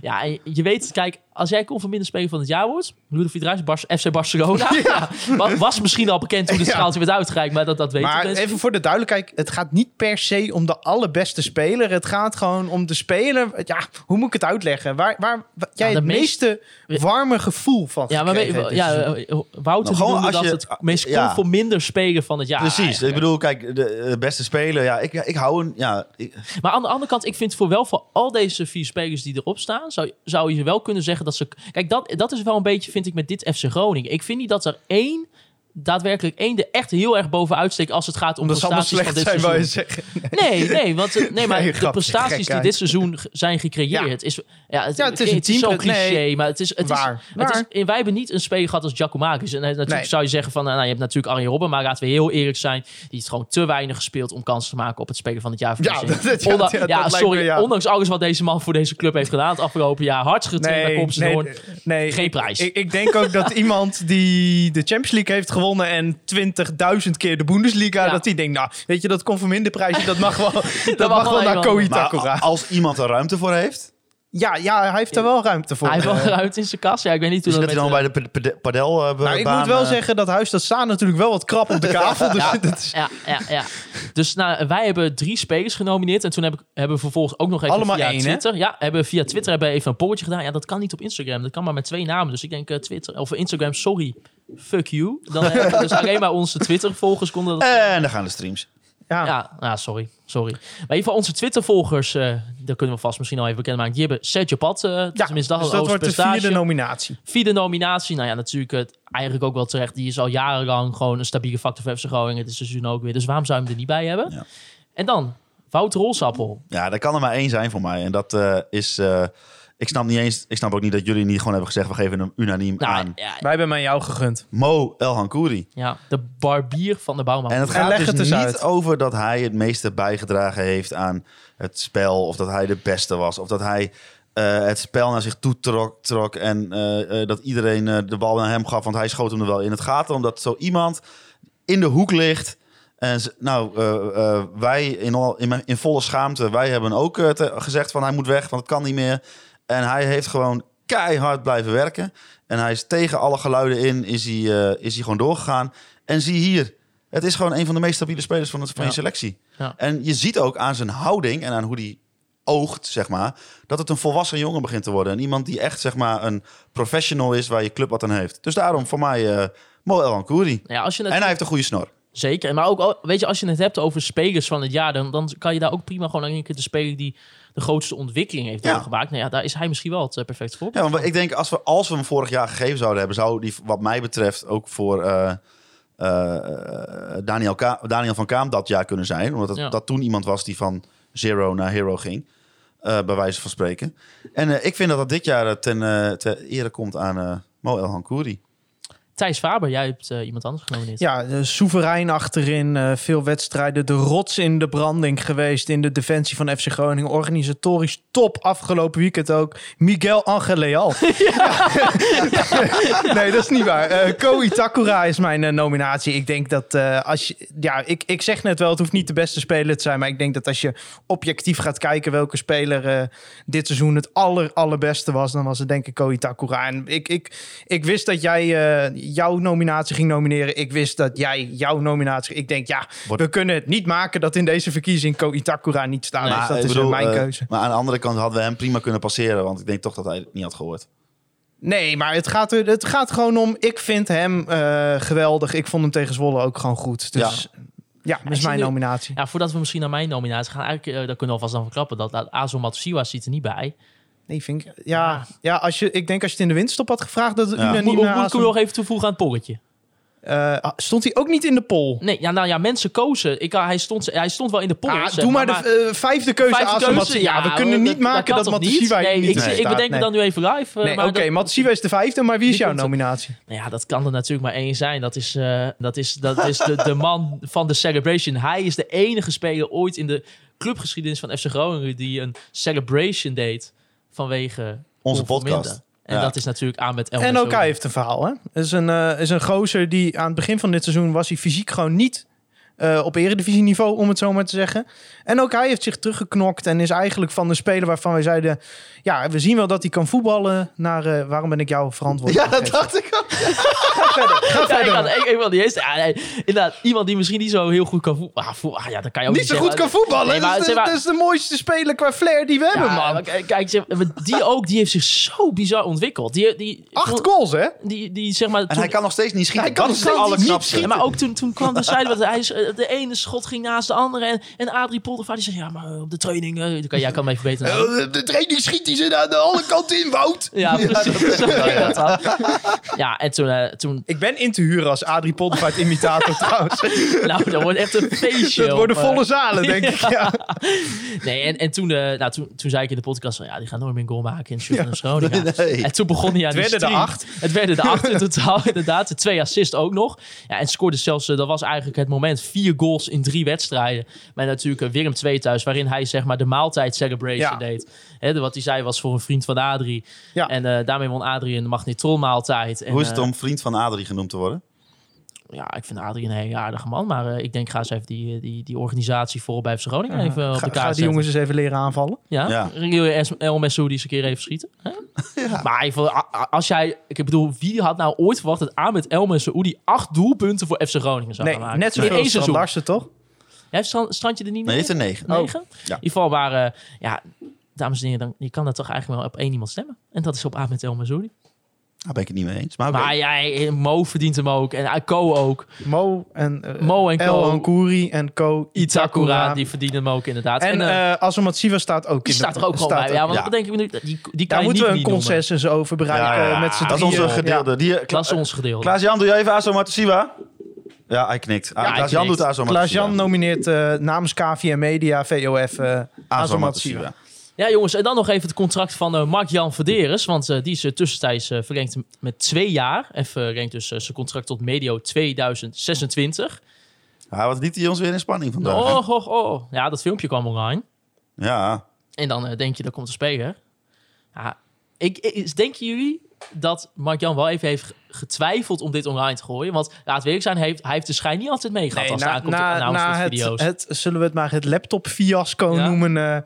Ja, en je weet, kijk, als jij conforminder speler van het jaar wordt, Ludovic Reis, Bar FC Barcelona, wa- was misschien al bekend toen het
Ja.
schaaltje werd uitgereikt, maar dat, dat weten
Maar
mensen.
even voor de duidelijkheid. Het gaat niet per se om de allerbeste speler. Het gaat gewoon om de speler. Ja, hoe moet ik het uitleggen? Waar, waar, waar jij
de
het meeste warme gevoel van
ja, maar
gekregen
weet,
hebt
ja,
dit seizoen.
eh, Wouter
Nou, gewoon
noemde
als
dat
je-
het meest
ja.
conforminder speler van het jaar.
Precies.
eigenlijk.
Ik bedoel, kijk, de eh, beste speler. Ja, ik, ik hou een... Ja, ik-
Maar aan de andere kant, ik vind voor wel voor al deze vier spelers die erop staan, zou, zou je wel kunnen zeggen dat ze. Kijk, dat, dat is wel een beetje, vind ik, met dit FC Groningen. Ik vind niet dat er één daadwerkelijk één er echt heel erg bovenuit steekt als het gaat om
Omdat ze allemaal
prestaties
slecht
van dit
zijn, wou je
seizoen.
zeggen.
Nee, nee, want, eh, nee maar
Nee,
de
grapje,
prestaties die
gekheid.
dit seizoen ge- zijn gecreëerd... Is, ja, het,
Ja,
het is, een
team-
zo'n cliché,
nee.
maar het is... Het is,
Waar,
Het
waar.
is en wij hebben niet een speler gehad als Giacomakis. En eh, natuurlijk
Nee.
zou je zeggen van... eh, Nou, je hebt natuurlijk Arjen Robben, maar laten we heel eerlijk zijn... die heeft gewoon te weinig gespeeld om kansen te maken op het spelen van het jaar.
Ja, dat- dat- ja,
Ondanks-
ja, dat lijkt
sorry,
me, ja.
ondanks alles wat deze man voor deze club heeft gedaan... het afgelopen jaar, hartstikke getraind bij Komst
nee,
Noord.
nee.
Geen prijs.
Ik, ik denk ook dat iemand die de Champions League heeft gewonnen en 20.000 keer de Bundesliga,
Ja.
dat die denkt, nou, weet je, dat conforminde prijsje, dat mag wel, dat
mag
mag
wel
wel naar
even.
Koei
Maar
Takura.
a- als iemand er ruimte voor heeft,
Ja, ja, hij heeft er wel ruimte voor.
Hij heeft wel
Eh,
geruimd in zijn kast. Ja, ik weet niet hoe
is
dat
dus dat hij
met
dan
de-
bij de pade- pade- padel eh,
nou, ik
baan,
moet wel
eh,
zeggen dat Huis dat staat natuurlijk wel wat krap op de kavel. Dus dat is
Ja, ja, ja. Dus nou, wij hebben drie spelers genomineerd. En toen heb ik, hebben we vervolgens ook nog even
Allemaal
via
één, hè?
Twitter... Ja, hebben we via Twitter hebben we even een polletje gedaan. Ja, dat kan niet op Instagram. Dat kan maar met twee namen. Dus ik denk eh, Twitter... Of Instagram, sorry. Fuck you. Dan hebben we dus alleen maar onze Twitter-volgers konden... Dat,
En dan gaan de streams.
ja.
ja, nou, sorry. Sorry. Maar in ieder geval onze Twitter-volgers... eh daar kunnen we vast misschien al even bekendmaken. Die hebben Sergio Pat. eh
Ja,
tenminste, dat,
dus
is
dat wordt de vierde
vierde,
nominatie.
nominatie. Nou ja, natuurlijk het, eigenlijk ook wel terecht. Die is al jarenlang gewoon een stabiele factor voor FC Groningen. Dit seizoen ook weer. Dus waarom zou je hem er niet bij hebben?
Ja.
En dan... Wouter Rolsappel.
Ja, er kan er maar één zijn voor mij. En dat eh, is... eh, ik snap, niet eens, ik snap ook niet dat jullie niet gewoon hebben gezegd... we geven hem unaniem
Nou,
aan
ja,
Wij hebben hem aan jou gegund.
Mo Elhankouri.
Ja, de barbier van de bouwman.
En het gaat
leg
dus
het eens
niet
uit.
over dat hij het meeste bijgedragen heeft aan het spel. Of dat hij de beste was. Of dat hij eh, het spel naar zich toe trok. trok en eh, eh, dat iedereen eh, de bal naar hem gaf. Want hij schoot hem er wel in. Het gaat erom dat zo iemand in de hoek ligt. En ze- nou, eh, eh, wij in, al, in, mijn- in volle schaamte, wij hebben ook eh, te- gezegd van hij moet weg, want het kan niet meer. En hij heeft gewoon keihard blijven werken. En hij is tegen alle geluiden in, is hij, eh, is hij gewoon doorgegaan. En zie hier, het is gewoon een van de meest stabiele spelers van, het, van
Ja.
je selectie.
Ja.
En je ziet ook aan zijn houding en aan hoe die oogt, zeg maar, dat het een volwassen jongen begint te worden. En iemand die echt, zeg maar, een professional is waar je club wat aan heeft. Dus daarom voor mij eh Mo El Ankouri.
ja, als je het,
En hij heeft een goede snor.
Zeker. Maar ook, al- weet je, als je het hebt over spelers van het jaar, dan, dan kan je daar ook prima gewoon aan één keer de speler die de grootste ontwikkeling heeft
Ja.
doorgemaakt. Nou ja, daar is hij misschien wel het eh, perfecte voorbeeld.
Ja, want ik denk als we, als we hem vorig jaar gegeven zouden hebben, zou die, wat mij betreft, ook voor eh, eh, Daniel, Ka- Daniel van Kaam dat jaar kunnen zijn. Omdat het-
Ja.
dat toen iemand was die van zero naar hero ging. eh, bij wijze van spreken. En eh, ik vind dat dat dit jaar eh, ten, eh ten ere komt aan eh Mo El Hankouri.
Thijs Faber, jij hebt eh, iemand anders genomineerd.
Ja, eh, soeverein achterin, eh, veel wedstrijden, de rots in de branding geweest in de defensie van FC Groningen. Organisatorisch top afgelopen weekend ook. Miguel Angel Leal. nee, dat is niet waar. Eh Ko Itakura is mijn eh, nominatie. Ik denk dat eh, als je... Ja, ik, ik zeg net wel, het hoeft niet de beste speler te zijn. Maar ik denk dat als je objectief gaat kijken welke speler eh, dit seizoen het aller, allerbeste was... dan was het denk ik Ko Itakura. En ik, ik, ik wist dat jij eh, jouw nominatie ging nomineren. Ik wist dat jij jouw nominatie... Ik denk, ja,
Wordt-
we kunnen het niet maken dat in deze verkiezing Ko Itakura niet staat. dus dat
ik
is eh,
bedoel,
mijn
eh,
keuze.
maar aan de andere kant hadden we hem prima kunnen passeren. Want ik denk toch dat hij het niet had gehoord.
Nee, maar het gaat, er, het gaat gewoon om. Ik vind hem eh, geweldig. Ik vond hem tegen Zwolle ook gewoon goed. Dus ja, dat is
zie
mijn
nu-
nominatie.
Ja, voordat we misschien naar mijn nominatie gaan, eigenlijk, eh, daar kunnen we alvast aan verklappen, dat, dat Azo Matsiwa zit er niet bij.
Nee, vind ik. Ja, ja als je, ik denk als je het in de winterstop had gevraagd, dat het
Ja.
unaniem
Moet,
naar
moet ik
ASO
hem nog even toevoegen aan het polletje?
Eh, ah, stond hij ook niet in de poll?
Nee, ja, nou ja, mensen kozen. Ik, ah, hij, stond, hij stond wel in de poll.
Ah,
zeg
doe maar, de eh, vijfde keuze.
vijfde
Azen
keuze,
Matsu- ja, we kunnen niet maken dat,
kan toch
Matsiwa
Nee,
hier niet
ik,
in
ik
staat.
bedenk
nee.
het dan nu even live. eh,
Nee,
maar
Oké,
dat-
Matsiwa is de vijfde, maar wie is
Die
jouw
komt er.
nominatie?
Nou ja, dat kan er natuurlijk maar één zijn. Dat is, eh, dat is, dat is de, de man van de celebration. Hij is de enige speler ooit in de clubgeschiedenis van FC Groningen die een celebration deed vanwege
Onze
conforminder.
podcast.
En
Ja.
dat is natuurlijk aan met
En ook hij heeft een verhaal. Hè? Is een, eh, is een gozer die aan het begin van dit seizoen was hij fysiek gewoon niet eh op eredivisieniveau, om het zo maar te zeggen. En ook hij heeft zich teruggeknokt en is eigenlijk van de speler waarvan wij zeiden... Ja, we zien wel dat hij kan voetballen naar eh, waarom ben ik jou verantwoordelijk?
Ja, dat dacht ik ook.
ja, ik, had, ik, ik wil niet eens. Ja, nee, inderdaad, iemand die misschien niet zo heel goed kan voetballen. Ah, voel- ah, ja, dat kan je ook
Niet
niet,
zo
zeggen.
goed kan voetballen.
Nee, maar
dat, is
zeg
de,
maar-
dat is de mooiste speler qua flair die we hebben,
Ja,
man.
maar Kijk, zeg, maar die ook, die heeft zich zo bizar ontwikkeld. Die, die,
Acht goals, hè?
die, die, zeg maar,
En
toen-
hij kan nog steeds niet schieten.
Hij kan
dat is
nog
de
steeds niet
allerknapste.
Ja, maar ook toen, toen kwam de zijde, want hij is eh, de, de ene schot ging naast de andere. En, en Adrie Poldervaart die zegt, ja, maar eh, op de training... eh, dan kan, jij kan mij verbeteren. Nou,
Eh, De training schiet hij ze aan de alle kanten in, Wout.
Ja, precies. Ja, ja, en toen, eh, toen...
Ik ben in te huren als Adrie Poldervaart imitator trouwens.
Nou, dat wordt echt een feestje.
Het worden
op, eh,
volle zalen, denk ik. Ja.
Nee, en, en toen, eh, nou, toen, toen zei ik in de podcast van... Ja, die gaan nooit meer een goal maken in Sjoerd en Schroningen.
Nee.
En toen begon hij aan
Het
die
werden er
streak.
acht.
Het werden de acht in totaal, inderdaad. De twee assists ook nog. Ja, en scoorde zelfs, eh, dat was eigenlijk het moment, vier goals in drie wedstrijden. Maar natuurlijk eh, Willem II thuis, waarin hij zeg maar de maaltijd celebration
Ja.
deed. Hè, de- wat hij zei was voor een vriend van Adrie.
Ja.
En eh, daarmee won Adrie een magnetrolmaaltijd. En,
Hoe is het
eh,
om vriend van Adrie genoemd te worden?
ja, ik vind Adrie een hele aardige man. Maar eh, ik denk, ga eens even die, die, die organisatie voor bij FC Groningen even op de
Ga,
kaart
ga die
zetten.
jongens eens even leren aanvallen.
Ja,
Ja.
ja. El Messoudi eens een keer even schieten. Hè? Maar ik vond, a- a- als jij, ik bedoel, wie had nou ooit verwacht dat Ahmed El Messoudi acht doelpunten voor FC Groningen zou
Nee,
gaan maken?
net
in
zoveel
één
als Strand
seizoen.
Larsen, toch?
Jij heeft Strand- Strandje er niet
Nee,
meer?
het is een negen. Oh,
Negen? In
ja.
ieder geval waren, ja, dames en heren, dan, je kan daar toch eigenlijk wel op één iemand stemmen. En dat is op Ahmed El Messoudi.
Daar ben ik het niet mee eens. Maar, oké.
Maar jij, eh, Mo verdient hem ook en eh, Ko ook.
Mo en, eh,
Mo en
El
Co.
Ankouri en Co.
Itakura, die verdient hem ook inderdaad.
En
eh,
eh Asomatsiva staat ook in
die
de-
staat er ook gewoon bij. Ja, want
ja.
wat denk ik nu? Die, die kan
Daar moeten
je niet
we een
niet noemen.
consensus over bereiken
Ja,
eh, met z'n
dat is onze
drieën.
gedeelde. Die, eh,
Dat is ons gedeelte.
Klaas-Jan, doe jij even Aso Matasiwa? Ja, hij knikt. Ah,
hij
Klaas-Jan
knikt.
doet Aso
Ja. Klaas-Jan nomineert eh, namens KVM Media, VOF, eh Asomatsiva.
Ja, jongens, en dan nog even het contract van eh, Mark-Jan Verderes. Want eh, die is eh, tussentijds eh, verlengd m- met twee jaar. En verlengt dus eh, zijn contract tot medio 2026.
Ja, wat liet hij ons weer in spanning vandaag.
Oh, oh, oh. Ja, dat filmpje kwam online.
Ja.
En dan eh, denk je, er komt een speler. Ja, ik, ik- denken jullie dat Mark-Jan wel even heeft ge- getwijfeld om dit online te gooien? Want laten we eerlijk zijn, hij heeft, hij heeft de schijn niet altijd meegehad
Nee,
als het
na,
aankomt op
na-
announcement
na het,
video's.
het, zullen we het maar het laptop-fiasco
Ja.
noemen, eh,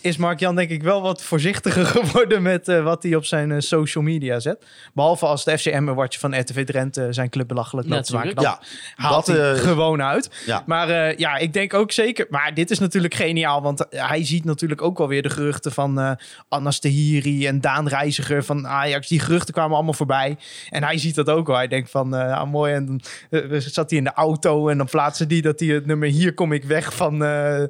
is Mark-Jan denk ik wel wat voorzichtiger geworden met eh, wat hij op zijn eh, social media zet. Behalve als de FCM-watje van RTV Drenthe eh, zijn club belachelijk loopt te maken.
Natuurlijk.
Dan
Ja,
haalt
dat,
hij
eh,
gewoon uit.
ja.
Maar eh, ja, ik denk ook zeker... Maar dit is natuurlijk geniaal, want eh, hij ziet natuurlijk ook wel weer de geruchten van eh Annas Tahiri en Daan Reiziger van Ajax. Die geruchten kwamen allemaal voorbij. En hij ziet dat ook wel. Hij denkt van, eh, ah, mooi. En dan eh, zat hij in de auto en dan plaatsen die dat hij het nummer Hier kom ik weg van... eh,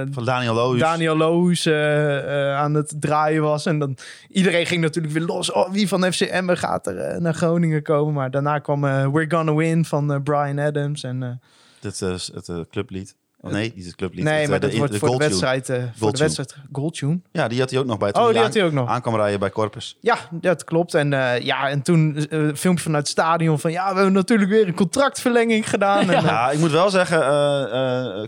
eh,
Van Daniel Loos.
Daniel Loos eh, eh, aan het draaien was. En dan iedereen ging natuurlijk weer los. Oh, wie van FCM gaat er eh, naar Groningen komen? Maar daarna kwam eh, We're Gonna Win van eh, Brian Adams. En, eh,
Dit is het eh, clublied. Oh, nee, niet het clublied.
nee,
het,
maar
eh,
dat wordt voor de,
goaltune.
wedstrijd, eh, voor de
Goaltune.
wedstrijd. Goaltune.
Ja, die had hij ook nog bij.
Oh,
toen
die had hij ook nog.
Aankwam rijden bij Corpus.
Ja, dat klopt. En, eh, ja, en toen eh, een filmpje vanuit het stadion van... Ja, we hebben natuurlijk weer een contractverlenging gedaan. En, eh,
Ja, Nou, ik moet wel zeggen, eh, eh, eh, eh,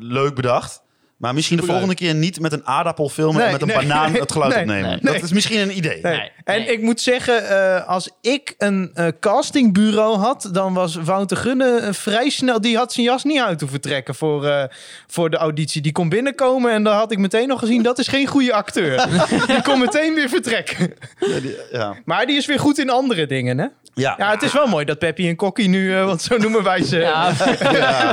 leuk bedacht. Maar misschien de volgende keer niet met een aardappel filmen
Nee,
en met een
nee,
banaan
nee,
het geluid
nee,
opnemen.
nee.
Dat is misschien een idee.
Nee.
Nee,
En
nee.
ik moet zeggen, eh, als ik een eh, castingbureau had, dan was Wouter Gunne eh, vrij snel. Die had zijn jas niet uit hoeven trekken voor, eh, voor de auditie. Die kon binnenkomen en dan had ik meteen nog gezien: dat is geen goede acteur. die kon meteen weer vertrekken.
Ja, die- ja.
Maar die is weer goed in andere dingen, hè?
Ja.
Ja, het is wel mooi dat Peppy en Kokkie nu, eh, want zo noemen wij ze.
Ja,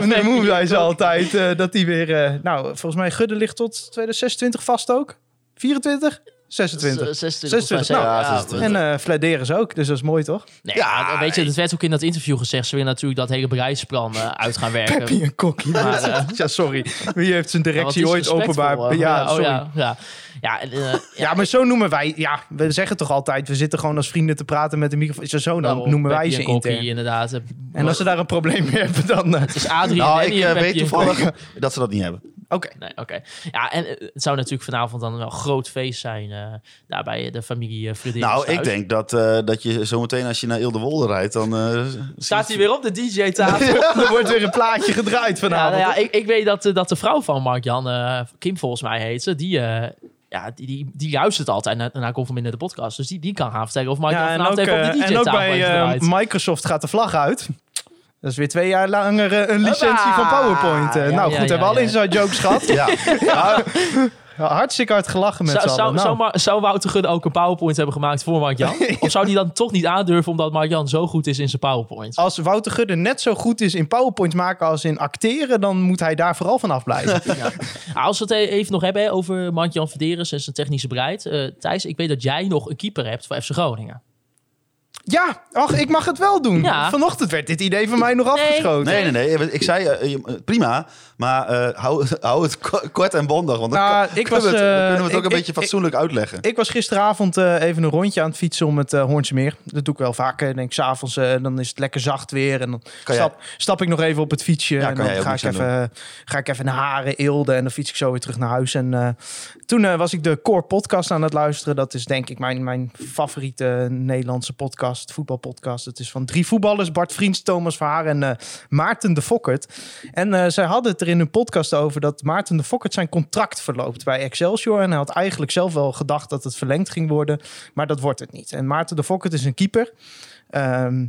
Nu noemen wij ze altijd. eh, dat die weer. eh, nou, volgens mij Gudde ligt tot 2026 vast ook. 24? 26.
26.
Nou,
ja,
ja,
26.
En eh Fladeris ook, dus dat is mooi toch?
Nee,
Ja,
maar weet je, dat werd ook in dat interview gezegd. Ze willen natuurlijk dat hele bedrijfsplan eh, uit gaan werken.
Peppy en Kokkie.
Maar, eh,
ja, sorry. Wie heeft zijn
Ja,
directie
want die is
ooit
respectvol,
openbaar...
hoor.
ja,
oh,
sorry. ja.
ja, ja. Ja, en, eh, ja,
maar zo noemen wij... Ja, we zeggen toch altijd... We zitten gewoon als vrienden te praten met een microfoon. Zo, zo dan
daarom,
noemen wij
Peppi
ze
en Kokkie,
intern.
inderdaad. Eh,
En als ze daar een probleem mee hebben, dan... eh,
Het is Adrie en
Nou, ik
Danny en
eh,
Peppi
weet
en
toevallig dat ze dat niet hebben.
Oké.
Nee, oké. Ja, en eh, het zou natuurlijk vanavond dan wel een groot feest zijn. eh daar bij de familie uh,
Nou, ik denk dat, eh, dat je zometeen als je naar Ilde Wolde rijdt, dan... eh,
Staat hij weer op de DJ-tafel?
er wordt weer een plaatje gedraaid
ja,
vanavond.
nou ja, ik, ik weet dat, eh, dat de vrouw van Mark-Jan, eh, Kim volgens mij heet ze, die... eh, ja, die, die, die luistert altijd naar, naar Conform in de podcast. Dus die, die kan gaan vertellen of Mark-Jan
Ja, en,
vanavond
ook,
even op de
eh, en ook
DJ-tafel
bij
heeft
eh,
gedraaid.
Microsoft gaat de vlag uit. Dat is weer twee jaar langer eh, een licentie
Hoppa!
van PowerPoint. Eh,
Ja,
nou
ja,
goed, hebben we
ja,
al
ja.
inside jokes gehad.
Ja,
Hartstikke hard gelachen met z'n allen.
Zou, zou,
Nou.
zou, Mar- zou Wouter Gunn ook een PowerPoint hebben gemaakt voor Mark-Jan? Of zou die dan toch niet aandurven omdat Mark-Jan zo goed is in zijn PowerPoint?
als Wouter Gudde net zo goed is in PowerPoint maken als in acteren, dan moet hij daar vooral van afblijven.
Als we het e- even nog hebben hè, over Mark-Jan Verderes en zijn technische bereid. eh, Thijs, ik weet dat jij nog een keeper hebt voor FC Groningen.
Ja, ach, ik mag het wel doen.
Ja.
Vanochtend werd dit idee van mij nog afgeschoten.
Nee, nee, nee. Ik zei eh, je- prima, maar eh, hou, hou het ko- kort en bondig. Want dan
Nou,
kan-
ik was,
kunnen, we het,
eh,
dan kunnen we het ook
ik- ik-
een beetje fatsoenlijk uitleggen.
Ik was gisteravond eh, even een rondje aan het fietsen om het eh, Hoornse Meer. Dat doe ik wel vaker. Ik Denk s'avonds, eh dan is het lekker zacht weer. En dan
Kan jij-
stap, stap ik nog even op het fietsje.
Ja,
en
kan jij
dan
ook
ga ik,
niks aan
even, ga ik even naar Haren, Eelde. En dan fiets ik zo weer terug naar huis. En eh, toen eh, was ik de Core Podcast aan het luisteren. Dat is denk ik mijn, mijn favoriete Nederlandse podcast, voetbalpodcast. Het is van drie voetballers: Bart Vriends, Thomas Verhaar en eh, Maarten de Fokkert. En eh, zij hadden het er in hun podcast over dat Maarten de Fokkert zijn contract verloopt bij Excelsior. En hij had eigenlijk zelf wel gedacht dat het verlengd ging worden, maar dat wordt het niet. En Maarten de Fokkert is een keeper. Ehm,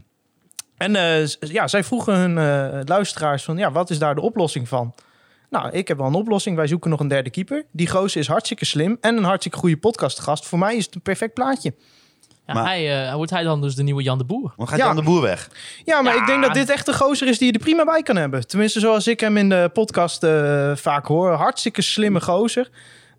en eh, z- ja, zij vroegen hun eh, luisteraars van, ja, wat is daar de oplossing van? Nou, ik heb wel een oplossing. Wij zoeken nog een derde keeper. Die gozer is hartstikke slim en een hartstikke goede podcastgast. Voor mij is het een perfect plaatje.
Ja,
Maar-
hij, eh, wordt hij dan dus de nieuwe Jan de Boer?
Want gaat
Ja.
Jan de Boer weg?
Ja, maar
Ja.
ik denk dat dit echt een gozer is die je er prima bij kan hebben. Tenminste, zoals ik hem in de podcast eh, vaak hoor. Hartstikke slimme gozer.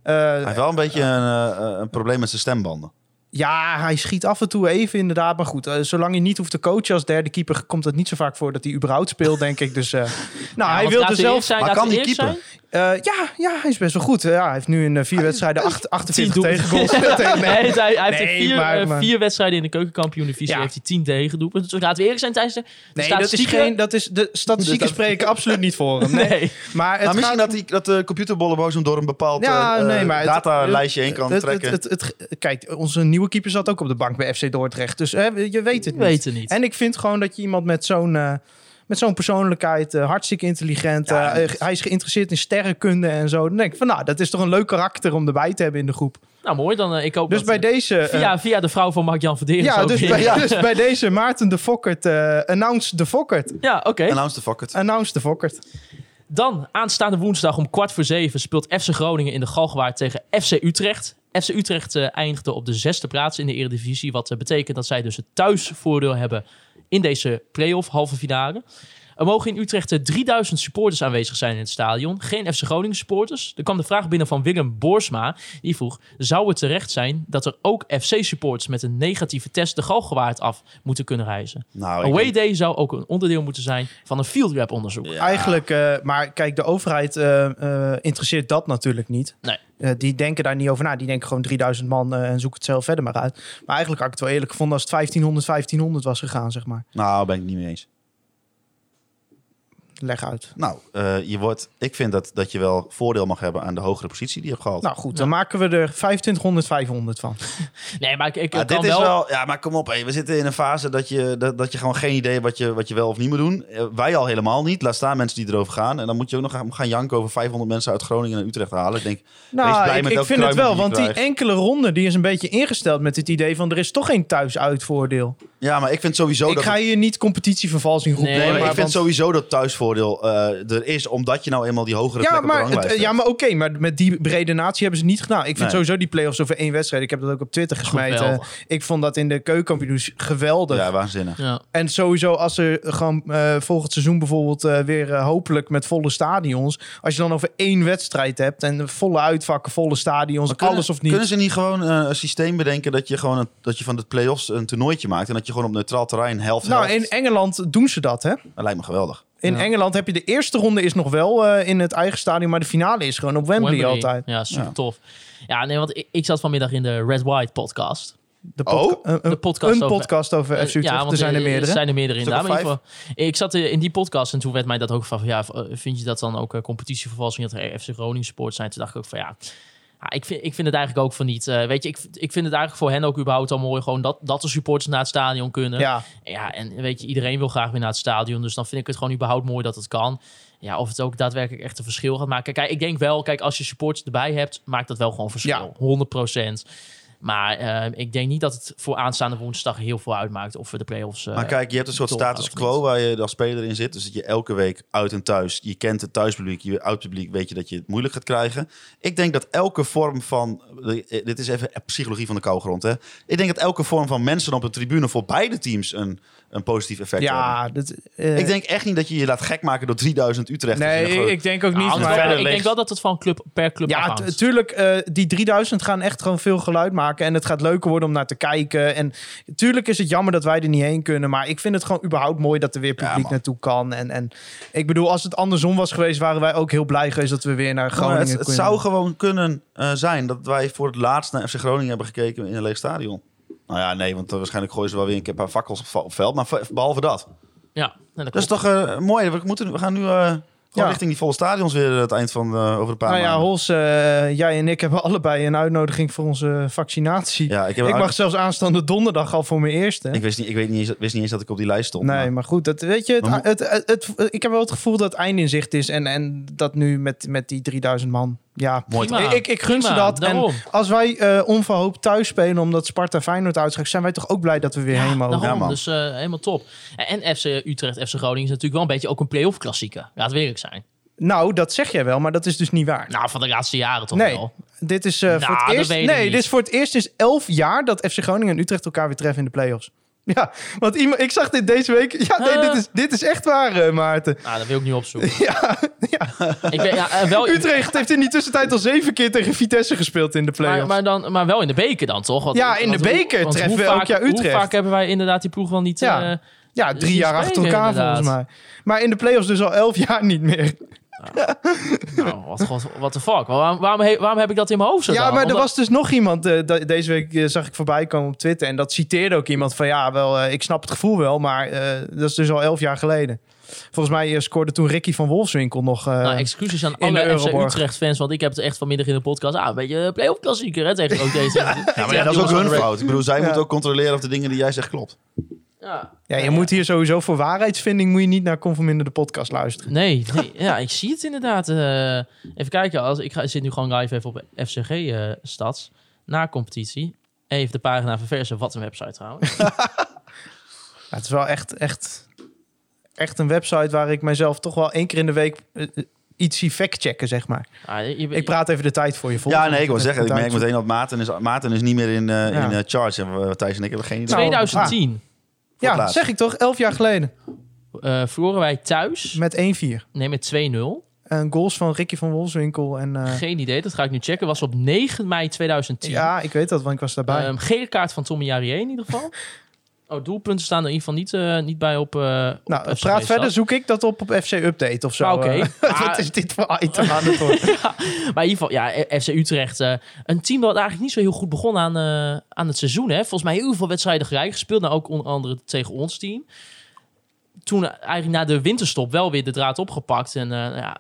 Eh,
Hij heeft wel een beetje een, eh, een probleem met zijn stembanden.
ja, hij schiet af en toe even inderdaad. Maar goed, eh, zolang je niet hoeft te coachen als derde keeper... komt het niet zo vaak voor dat hij überhaupt speelt, denk ik. Dus eh, nou, hij wilde zelf...
zijn.
Maar
laten
kan
we
die
eerlijk
keeper?
zijn.
Eh, ja, ja, hij is best wel goed. Eh, ja, hij heeft nu in eh, vier wedstrijden acht, 48
doelpunten.
tegengoals. tegen,
Nee, hij, hij heeft
Nee,
in vier,
maar-
eh,
maar-
vier wedstrijden in de keukenkampioen-divisie.
Ja.
Heeft hij tien tegendoelpunten. Dus laten we eerlijk zijn, Thijs. de- de
Nee, dat is
statistieken-
geen... Dat is, de statistieken spreken absoluut niet voor hem. Nee.
Nee.
Maar het
Nou, misschien
gaat-
dat, die, dat de computerbollenboos hem door een bepaald
Ja,
eh,
nee,
eh,
maar het-
datalijstje heen kan
Het-
trekken.
het- het- het- kijk, onze nieuwe keeper zat ook op de bank bij FC Dordrecht. Dus hè, je weet het
We
niet.
weten niet.
En ik vind gewoon dat je iemand met zo'n... eh, met zo'n persoonlijkheid, eh, hartstikke intelligent.
Ja,
eh, hij is geïnteresseerd in sterrenkunde en zo. Dan denk ik van, nou, dat is toch een leuk karakter om erbij te hebben in de groep.
Nou, mooi. Dan, eh, ik hoop
Dus
dat,
bij
eh,
deze... eh,
via, via de vrouw van Mark-Jan Verderen.
ja,
zo
dus
weer-
bij,
ja.
dus bij deze Maarten de Fokkert. eh, announce de Fokkert.
Ja, oké.
Announce the fuck it.
Announce de Fokkert.
Dan, aanstaande woensdag om kwart voor zeven speelt FC Groningen in de Galgenwaard tegen FC Utrecht. FC Utrecht eh, eindigde op de zesde plaats in de Eredivisie. Wat eh, betekent dat zij dus het thuisvoordeel hebben in deze play-off halve finale. Er mogen in Utrecht eh, 3000 supporters aanwezig zijn in het stadion. Geen FC Groningen supporters. Er kwam de vraag binnen van Willem Boersma. Die vroeg, zou het terecht zijn dat er ook FC supporters met een negatieve test de Galgenwaard af moeten kunnen reizen?
Nou, ik
Away
denk-
Day zou ook een onderdeel moeten zijn van een field rap onderzoek.
Ja.
Eigenlijk, eh, maar kijk, de overheid eh, eh, interesseert dat natuurlijk niet.
Nee.
Eh, die denken daar niet over na. Die denken gewoon 3000 man eh, en zoek het zelf verder maar uit. Maar eigenlijk had ik het wel eerlijk gevonden als het 1500, 1500 was gegaan, zeg maar.
Nou, ben ik niet mee eens.
Leg uit.
Nou, eh, je wordt, ik vind dat, dat je wel voordeel mag hebben aan de hogere positie die je hebt gehad.
Nou goed, dan maken we er 2500, 500 van.
Nee, maar ik, ik
Maar
kan
ah, dit is
wel...
wel, ja, maar kom op. hé. We zitten in een fase dat je, dat, dat je gewoon geen idee hebt wat je, wat je wel of niet moet doen. Eh, Wij al helemaal niet. Laat staan mensen die erover gaan. En dan moet je ook nog gaan, gaan janken over 500 mensen uit Groningen en Utrecht halen. Ik denk, wees
Nou,
blij
ik,
met
ik
elke
vind het
kruimel
wel,
je
want die
krijgt.
enkele ronde die is een beetje ingesteld met het idee van er is toch geen thuisuitvoordeel.
Ja, maar ik vind sowieso
Ik
Oh, dat...
ga hier niet competitievervalsing roepen.
Nee,
Nee, maar
maar
ik vind
want-
sowieso dat thuisvoordeel eh, er is, omdat je nou eenmaal die hogere plek
Ja,
op de
maar,
ranglijst
het- ja,
hebt.
maar oké, maar met die brede natie hebben ze niet gedaan. Ik vind
Nee.
sowieso die play-offs over één wedstrijd. Ik heb dat ook op Twitter gesmeten.
Geweldig.
Ik vond dat in de keukenkampioens geweldig.
Ja, waanzinnig.
Ja.
En sowieso als er gewoon eh, volgend seizoen bijvoorbeeld eh, weer eh, hopelijk met volle stadions. Als je dan over één wedstrijd hebt en volle uitvakken, volle stadions,
Kunnen-
alles of niet.
Kunnen ze niet gewoon eh, een systeem bedenken dat je, gewoon een- dat je van de play-offs een toernooitje maakt... en dat je gewoon op neutraal terrein helft
nou,
helft.
in Engeland doen ze dat, hè?
Dat lijkt me geweldig.
In
Ja.
Engeland heb je de eerste ronde is nog wel eh, in het eigen stadion, maar de finale is gewoon op Wembley, altijd.
Ja, super tof. Ja, nee, want ik, ik zat vanmiddag in de Red White podcast.
De
Oh.
podca- een- een-
de podcast
een
over-
podcast over FC Utrecht.
want,
er zijn er
eh,
meerdere.
zijn er meerdere
Stuk of
inderdaad. Maar in ieder geval, ik zat eh, in die podcast en toen werd mij dat ook van... van, Ja, eh, vind je dat dan ook eh, competitievervalsing dat er FC Groningen support zijn? Toen dacht ik ook van ja... ja, ik, vind, ik vind het eigenlijk ook van niet. Eh, weet je, ik, ik vind het eigenlijk voor hen ook überhaupt al mooi... gewoon dat, dat de supporters naar het stadion kunnen.
ja.
Ja, en weet je, iedereen wil graag weer naar het stadion. Dus dan vind ik het gewoon überhaupt mooi dat het kan. Ja, of het ook daadwerkelijk echt een verschil gaat maken. Kijk, ik denk wel, kijk, als je supporters erbij hebt, maakt dat wel gewoon verschil. 100%. Maar eh, ik denk niet dat het voor aanstaande woensdag heel veel uitmaakt of we de play-offs... eh,
Maar kijk, je hebt een soort
doorgaan
status
of niet.
quo waar je als speler in zit. Dus dat je elke week uit en thuis, je kent het thuispubliek, je uitpubliek weet je dat je het moeilijk gaat krijgen. Ik denk dat elke vorm van, eh, dit is even psychologie van de koude grond hè. Ik denk dat elke vorm van mensen op de tribune voor beide teams een, een positief effect hebben.
Ja, dat, eh,
Ik denk echt niet dat je je laat gek maken door 3000 Utrecht.
Nee, ik, ik denk ook niet.
Nou,
het
maar-
verder
ik
leeg.
denk wel dat het van club per club
ja,
afhangt.
tu- tuurlijk, eh, die 3000 gaan echt gewoon veel geluid maken. En het gaat leuker worden om naar te kijken. En natuurlijk is het jammer dat wij er niet heen kunnen. Maar ik vind het gewoon überhaupt mooi dat er weer publiek
man.
naartoe kan. En, en ik bedoel, als het andersom was geweest, waren wij ook heel blij geweest dat we weer naar
Maar
Groningen
het, het
kunnen.
zou gewoon kunnen eh, zijn dat wij voor het laatst naar FC Groningen hebben gekeken in een leeg stadion. Nou ja, nee, want eh, waarschijnlijk gooien ze wel weer een keer een paar fakkels op, va- op veld. Maar v- behalve dat.
Ja, en dat
Dat is
klopt.
toch eh, mooi. We, moeten, we gaan nu eh, gewoon
Ja.
richting die volle stadions weer eh, het eind van eh, over een paar
Nou ja,
maanden.
Hols, eh, jij en ik hebben allebei een uitnodiging voor onze vaccinatie.
Ja, ik, heb
ik
een-
mag zelfs aanstaande donderdag al voor mijn eerste.
ik, wist niet, ik weet niet eens, wist niet eens dat ik op die lijst stond.
Nee,
maar-
maar goed, dat, weet je, het,
Maar
het, het, het- ik heb wel het gevoel dat het einde in zicht is. En, en dat nu met, met die 3000 man. Ja,
Mooi
Prima,
ik, ik, ik gun ze
prima,
dat.
daarom.
En als wij eh, onverhoopt thuis spelen omdat Sparta Feyenoord uitschrijft, zijn wij toch ook blij dat we weer heen mogen.
Daarom,
Ja, man.
dus eh, helemaal top. En, en FC Utrecht, FC Groningen is natuurlijk wel een beetje ook een play-off klassieker. Laat we eerlijk zijn.
Nou, dat zeg jij wel, maar dat is dus niet waar.
Nou, van de laatste jaren toch
nee,
wel.
dit is eh,
Nou,
voor het
dat
eerst.
weet ik
Nee,
niet.
dit is voor het eerst is elf jaar dat FC Groningen en Utrecht elkaar weer treffen in de play-offs. Ja, want iemand, ik zag dit deze week. Ja, nee,
Ah.
dit, is, dit is echt waar, eh, Maarten.
Nou, dat wil ik nu opzoeken.
Ja, ja.
ik weet, ja, eh, wel,
Utrecht heeft in die tussentijd al zeven keer tegen Vitesse gespeeld in de play-offs.
maar, maar, dan, maar wel in de beker dan, toch? Want-
Ja, in de
want hoe-
beker
want
treffen
hoe
we elk
vaak-
jaar
Hoe
Utrecht.
vaak hebben wij inderdaad die ploeg wel niet...
Ja.
eh,
ja,
die
drie jaar achter
spelen
elkaar
inderdaad.
volgens mij. Maar in de play-offs dus al elf jaar niet meer.
nou, wat, god- what the fuck? Waarom, waarom, he- waarom heb ik dat in mijn hoofd zo
Ja,
dan?
maar er
Omdat-
was dus nog iemand. eh, de- deze week eh, zag ik voorbij komen op Twitter. En dat citeerde ook iemand van ja, wel, eh, ik snap het gevoel wel. Maar eh, dat is dus al elf jaar geleden. Volgens mij eh, scoorde toen Ricky van Wolfswinkel nog. eh,
Nou, excuses aan
in de
alle FC
Euroborg.
Utrecht fans, want ik heb het echt vanmiddag in de podcast. Ah, een beetje eh, play-off klassieker hè, tegen ook deze.
Ja, maar ja, dat is ook hun fout. Ik bedoel, zij
Ja.
moeten ook controleren of de dingen die jij zegt klopt.
Ja.
ja, je moet hier sowieso voor waarheidsvinding moet je niet naar Conforminder de podcast luisteren.
Nee, nee, ja, ik zie het inderdaad. eh. even kijken, als, ik ga, zit nu gewoon live even op FCG eh Stads, na competitie. Even de pagina verversen, wat een website trouwens.
Ja, het is wel echt, echt, echt een website waar ik mezelf toch wel één keer in de week eh, eh, iets zie factchecken, zeg maar.
Ah, je- je-
Ik praat even de tijd voor je vol.
Ja, nee, ik wil zeggen, ik
De tijd
merk meteen dat Maarten is, Maarten is niet meer in, eh,
Ja.
in eh, charge. En we- Thijs en ik hebben geen idee.
Nou,
2010
voor het
Ja,
laatst.
zeg ik toch, elf jaar geleden. ah.
eh verloren wij thuis,
Met 1-4.
nee met 2-0.
En goals van Ricky van Wolfswinkel. En, eh,
Geen idee, dat ga ik nu checken. Was op 9 mei 2010.
ja, ik weet dat, want ik was daarbij.
Ehm, gele kaart van Tommy Jarrier in ieder geval. oh, doelpunten staan er in ieder geval niet, eh, niet bij op. eh, op
nou,
FCG
praat
Stad.
verder, zoek ik dat op op FC Update of zo.
Maar Ah, oké,
eh.
maar-
Wat is dit voor item aan het worden?
Maar in ieder geval, ja, eh, FC Utrecht. eh, een team dat eigenlijk niet zo heel goed begon aan, eh, aan het seizoen. Hè. Volgens mij heel veel wedstrijden gelijk gespeeld. Nou, ook onder andere tegen ons team. Toen eh, eigenlijk na de winterstop wel weer de draad opgepakt. En eh, ja,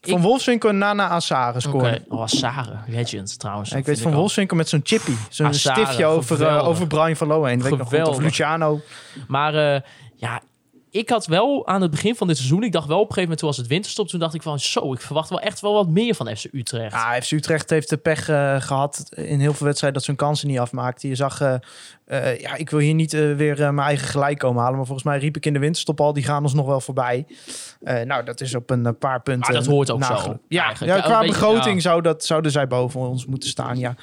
Van Wolfswinkel en Nana Assare
oké.
scoren.
Oh, Sare, legend trouwens.
Ik
Vind
weet van
ook.
Wolfswinkel met zo'n chippy. Zo'n
Assare,
stiftje over, eh,
geweldig.
over Brian van Loo heen. Weet ik nog goed. Of
Geweldig.
Luciano.
Maar eh, ja, ik had wel aan het begin van dit seizoen... Ik dacht wel op een gegeven moment, toen was het winterstop... Toen dacht ik van, zo, ik verwacht wel echt wel wat meer van FC Utrecht.
Ah, FC Utrecht heeft de pech eh, gehad in heel veel wedstrijden dat ze hun kansen niet afmaakte. Je zag, eh, eh, ja, ik wil hier niet eh, weer eh, mijn eigen gelijk komen halen. Maar volgens mij riep ik in de winterstop al, die gaan ons nog wel voorbij. Eh, nou, dat is op een eh, paar punten.
Maar Ah, dat hoort ook
nagel-
zo,
Ja,
eigenlijk.
ja,
Ja,
qua
een beetje,
begroting
ja.
Zou dat, zouden zij boven ons moeten staan, ja.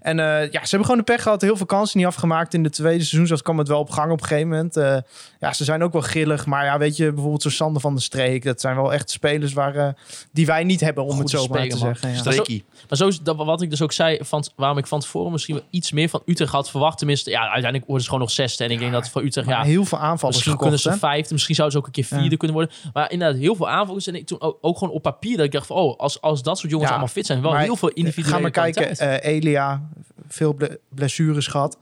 En eh, ja, ze hebben gewoon de pech gehad. Heel veel kansen niet afgemaakt in de tweede seizoen. Zoals kwam het wel op gang op een gegeven moment. Eh, ja, ze zijn ook wel grillig. Maar ja, weet je, bijvoorbeeld zo'n Sander van de Streek. Dat zijn wel echt spelers waar, eh, die wij niet hebben, om
Goede
het zo maar te
speler, man.
zeggen. Ja.
Streekie.
Maar zo is dat wat ik dus ook zei, van, waarom ik van tevoren misschien wel iets meer van Utrecht had verwacht. Tenminste, ja, uiteindelijk worden ze gewoon nog zesde. En ik denk dat van Utrecht,
Maar
ja,
heel veel aanvallers
misschien kunnen
gekocht,
ze vijfde. Misschien zouden ze ook een keer vierde
Ja.
kunnen worden. Maar inderdaad, heel veel aanvallers. En ik toen ook, ook gewoon op papier dat ik dacht van, oh, als, als dat soort jongens
Ja,
allemaal fit zijn, wel
maar,
heel veel
hè?
individuele
Ga maar kijken,
kwaliteit.
eh, Elia, veel ble- blessures gehad.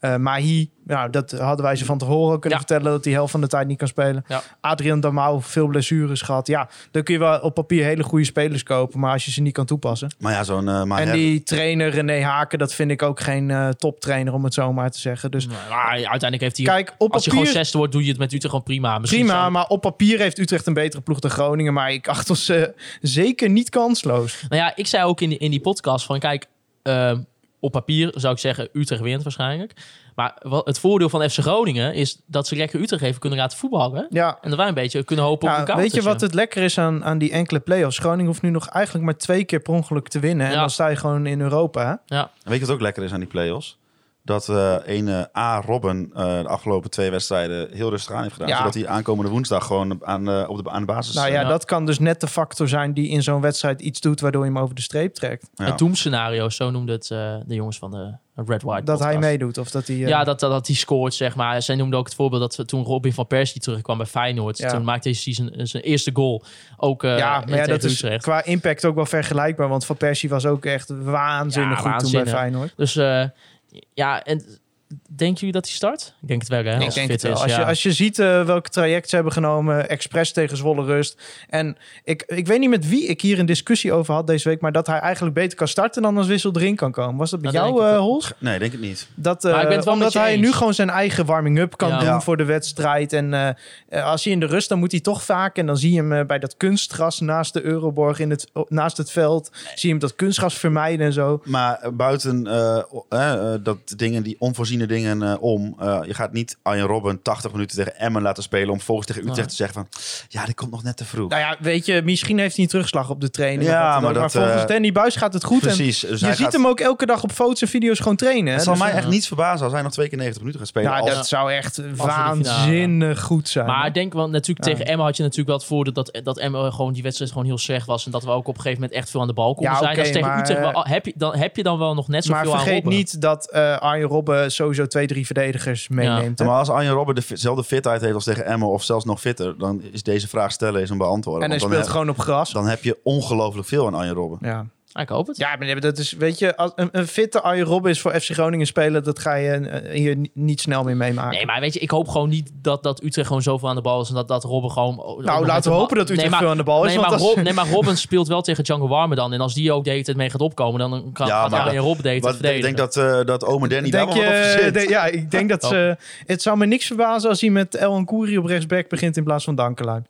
Eh Mahi, nou, dat hadden wij ze van tevoren al kunnen
Ja.
vertellen... dat hij helft van de tijd niet kan spelen.
Ja.
Adrian Damau, veel blessures gehad. Ja, dan kun je wel op papier hele goede spelers kopen... maar als je ze niet kan toepassen.
Maar ja, zo'n eh
en
Maher-
die trainer René Haken, dat vind ik ook geen eh, toptrainer... om het zo maar te zeggen. Dus
Nou, maar uiteindelijk heeft hij,
kijk, op
als je
papier
gewoon zesde wordt, doe je het met Utrecht gewoon prima. Misschien
prima...
zijn-
maar op papier heeft Utrecht een betere ploeg dan Groningen... maar ik acht ons eh, zeker niet kansloos.
Nou ja, ik zei ook in die, in die podcast van, kijk, ehm, op papier zou ik zeggen, Utrecht wint waarschijnlijk. Maar wat, het voordeel van FC Groningen is dat ze lekker Utrecht even kunnen laten voetballen.
Ja,
En dat wij een beetje kunnen hopen op
Nou,
een counter.
weet je wat het lekker is aan, aan die enkele play-offs? Groningen hoeft nu nog eigenlijk maar twee keer per ongeluk te winnen. En
Ja.
dan sta je gewoon in Europa. hè?
Weet je wat ook lekker is aan die play-offs? dat eh ene A. Robben eh, de afgelopen twee wedstrijden heel rustig aan heeft gedaan.
Ja.
Zodat hij aankomende woensdag gewoon aan, eh, op de, aan de basis...
Nou ja,
Ja.
dat kan dus net de factor zijn die in zo'n wedstrijd iets doet waardoor je hem over de streep trekt.
ja.
Het doemscenario, zo noemde het eh, de jongens van de Red White
Dat hij
podcast.
meedoet of dat hij... eh,
Ja, dat, dat, dat hij scoort, zeg maar. Zij noemde ook het voorbeeld dat we- toen Robin van Persie terugkwam bij Feyenoord.
Ja.
Toen maakte hij zijn, zijn eerste goal ook eh
ja, maar ja,
tegen
dat is
Utrecht.
qua impact ook wel vergelijkbaar. Want Van Persie was ook echt waanzinnig goed
Ja,
toen
waanzinnig.
bij Feyenoord.
Dus eh, ja, en denken jullie dat hij start? Ik denk het wel, hè? Als hij fit is,
Als,
ja.
je, als je ziet eh, welk traject ze hebben genomen, expres tegen Zwolle Rust. En ik, ik weet niet met wie ik hier een discussie over had deze week, maar dat hij eigenlijk beter kan starten dan als Wissel erin kan komen. Was dat bij
Dat denk
jou,
ik
eh,
ook.
Hols?
Nee, denk ik niet.
Dat,
Maar ik
eh,
ben het wel
omdat
met je
hij
eens.
nu gewoon zijn eigen warming-up kan
Ja.
doen
Ja.
voor de wedstrijd. En eh, eh, als hij in de rust, dan moet hij toch vaak. En dan zie je hem eh, bij dat kunstgras naast de Euroborg, in het, oh, naast het veld. Zie je hem dat kunstgras vermijden en zo.
Maar eh, buiten eh, o- eh, eh, dat dingen, die onvoorziene dingen eh, om... eh, je gaat niet Arjen Robben 80 minuten tegen Emmen laten spelen... om volgens tegen Utrecht
Nee.
te zeggen van... Ja, dit komt nog net te vroeg.
Nou ja, weet je, misschien heeft hij een terugslag op de training.
Ja,
of wat dan ook.
maar dat,
maar volgens
eh,
Danny Buis gaat het goed.
Precies.
En
Dus
je
hij
ziet
gaat-
hem ook elke dag op foto's en video's gewoon trainen. Hè?
het zal
Dus-
mij echt niets verbazen als hij nog twee keer 90 minuten gaat spelen.
Nou,
als-
dat zou echt
finale.
waanzinnig goed zijn.
Maar ik denk wel, natuurlijk
Ja.
tegen Emma had je natuurlijk wel het voordeel dat, dat Emma gewoon die wedstrijd gewoon heel slecht was. En dat we ook op een gegeven moment echt veel aan de bal konden
Ja,
zijn.
oké,
Dat is tegen
maar,
Utrecht wel,
eh,
al- heb, je, dan, heb je dan wel nog net
maar
zoveel aan
vergeet
Robben.
niet dat eh Arjen Robben sowieso twee, drie verdedigers meeneemt. hè?
Maar als Arjen Robben de fi- dezelfde fitheid heeft als tegen Emmen... of zelfs nog fitter, dan is deze vraag stellen is een beantwoorden.
En hij
Want
speelt
dan, eh,
gewoon op gras.
heb, Dus dan heb je ongelooflijk veel aan Arjen Robben.
Ja.
Ah, ik hoop het.
ja, maar dat is, weet je, als een, een fitte Arjen Robben is voor FC Groningen spelen, dat ga je eh, hier ni- niet snel meer meemaken.
Nee, maar weet je, ik hoop gewoon niet dat, dat Utrecht gewoon zoveel aan de bal is. En dat, dat Robben gewoon...
nou, laten we hopen dat Utrecht veel aan de bal is.
Nee,
want
maar,
als-
Rob, nee, maar Robben speelt wel tegen Django Warme dan. En als die ook de hele tijd mee gaat opkomen, dan kan,
Ja,
gaat
maar
Arjen
dat-
Robben de hele tijd
Wat, ik
verdedigen.
denk dat, eh dat ome Danny daar
denk
wel wat op
je,
verzint.
de- ja, ik denk dat
Oh.
ze... Het zou me niks verbazen als hij met El Koeri op rechtsback begint in plaats van Dankelaar.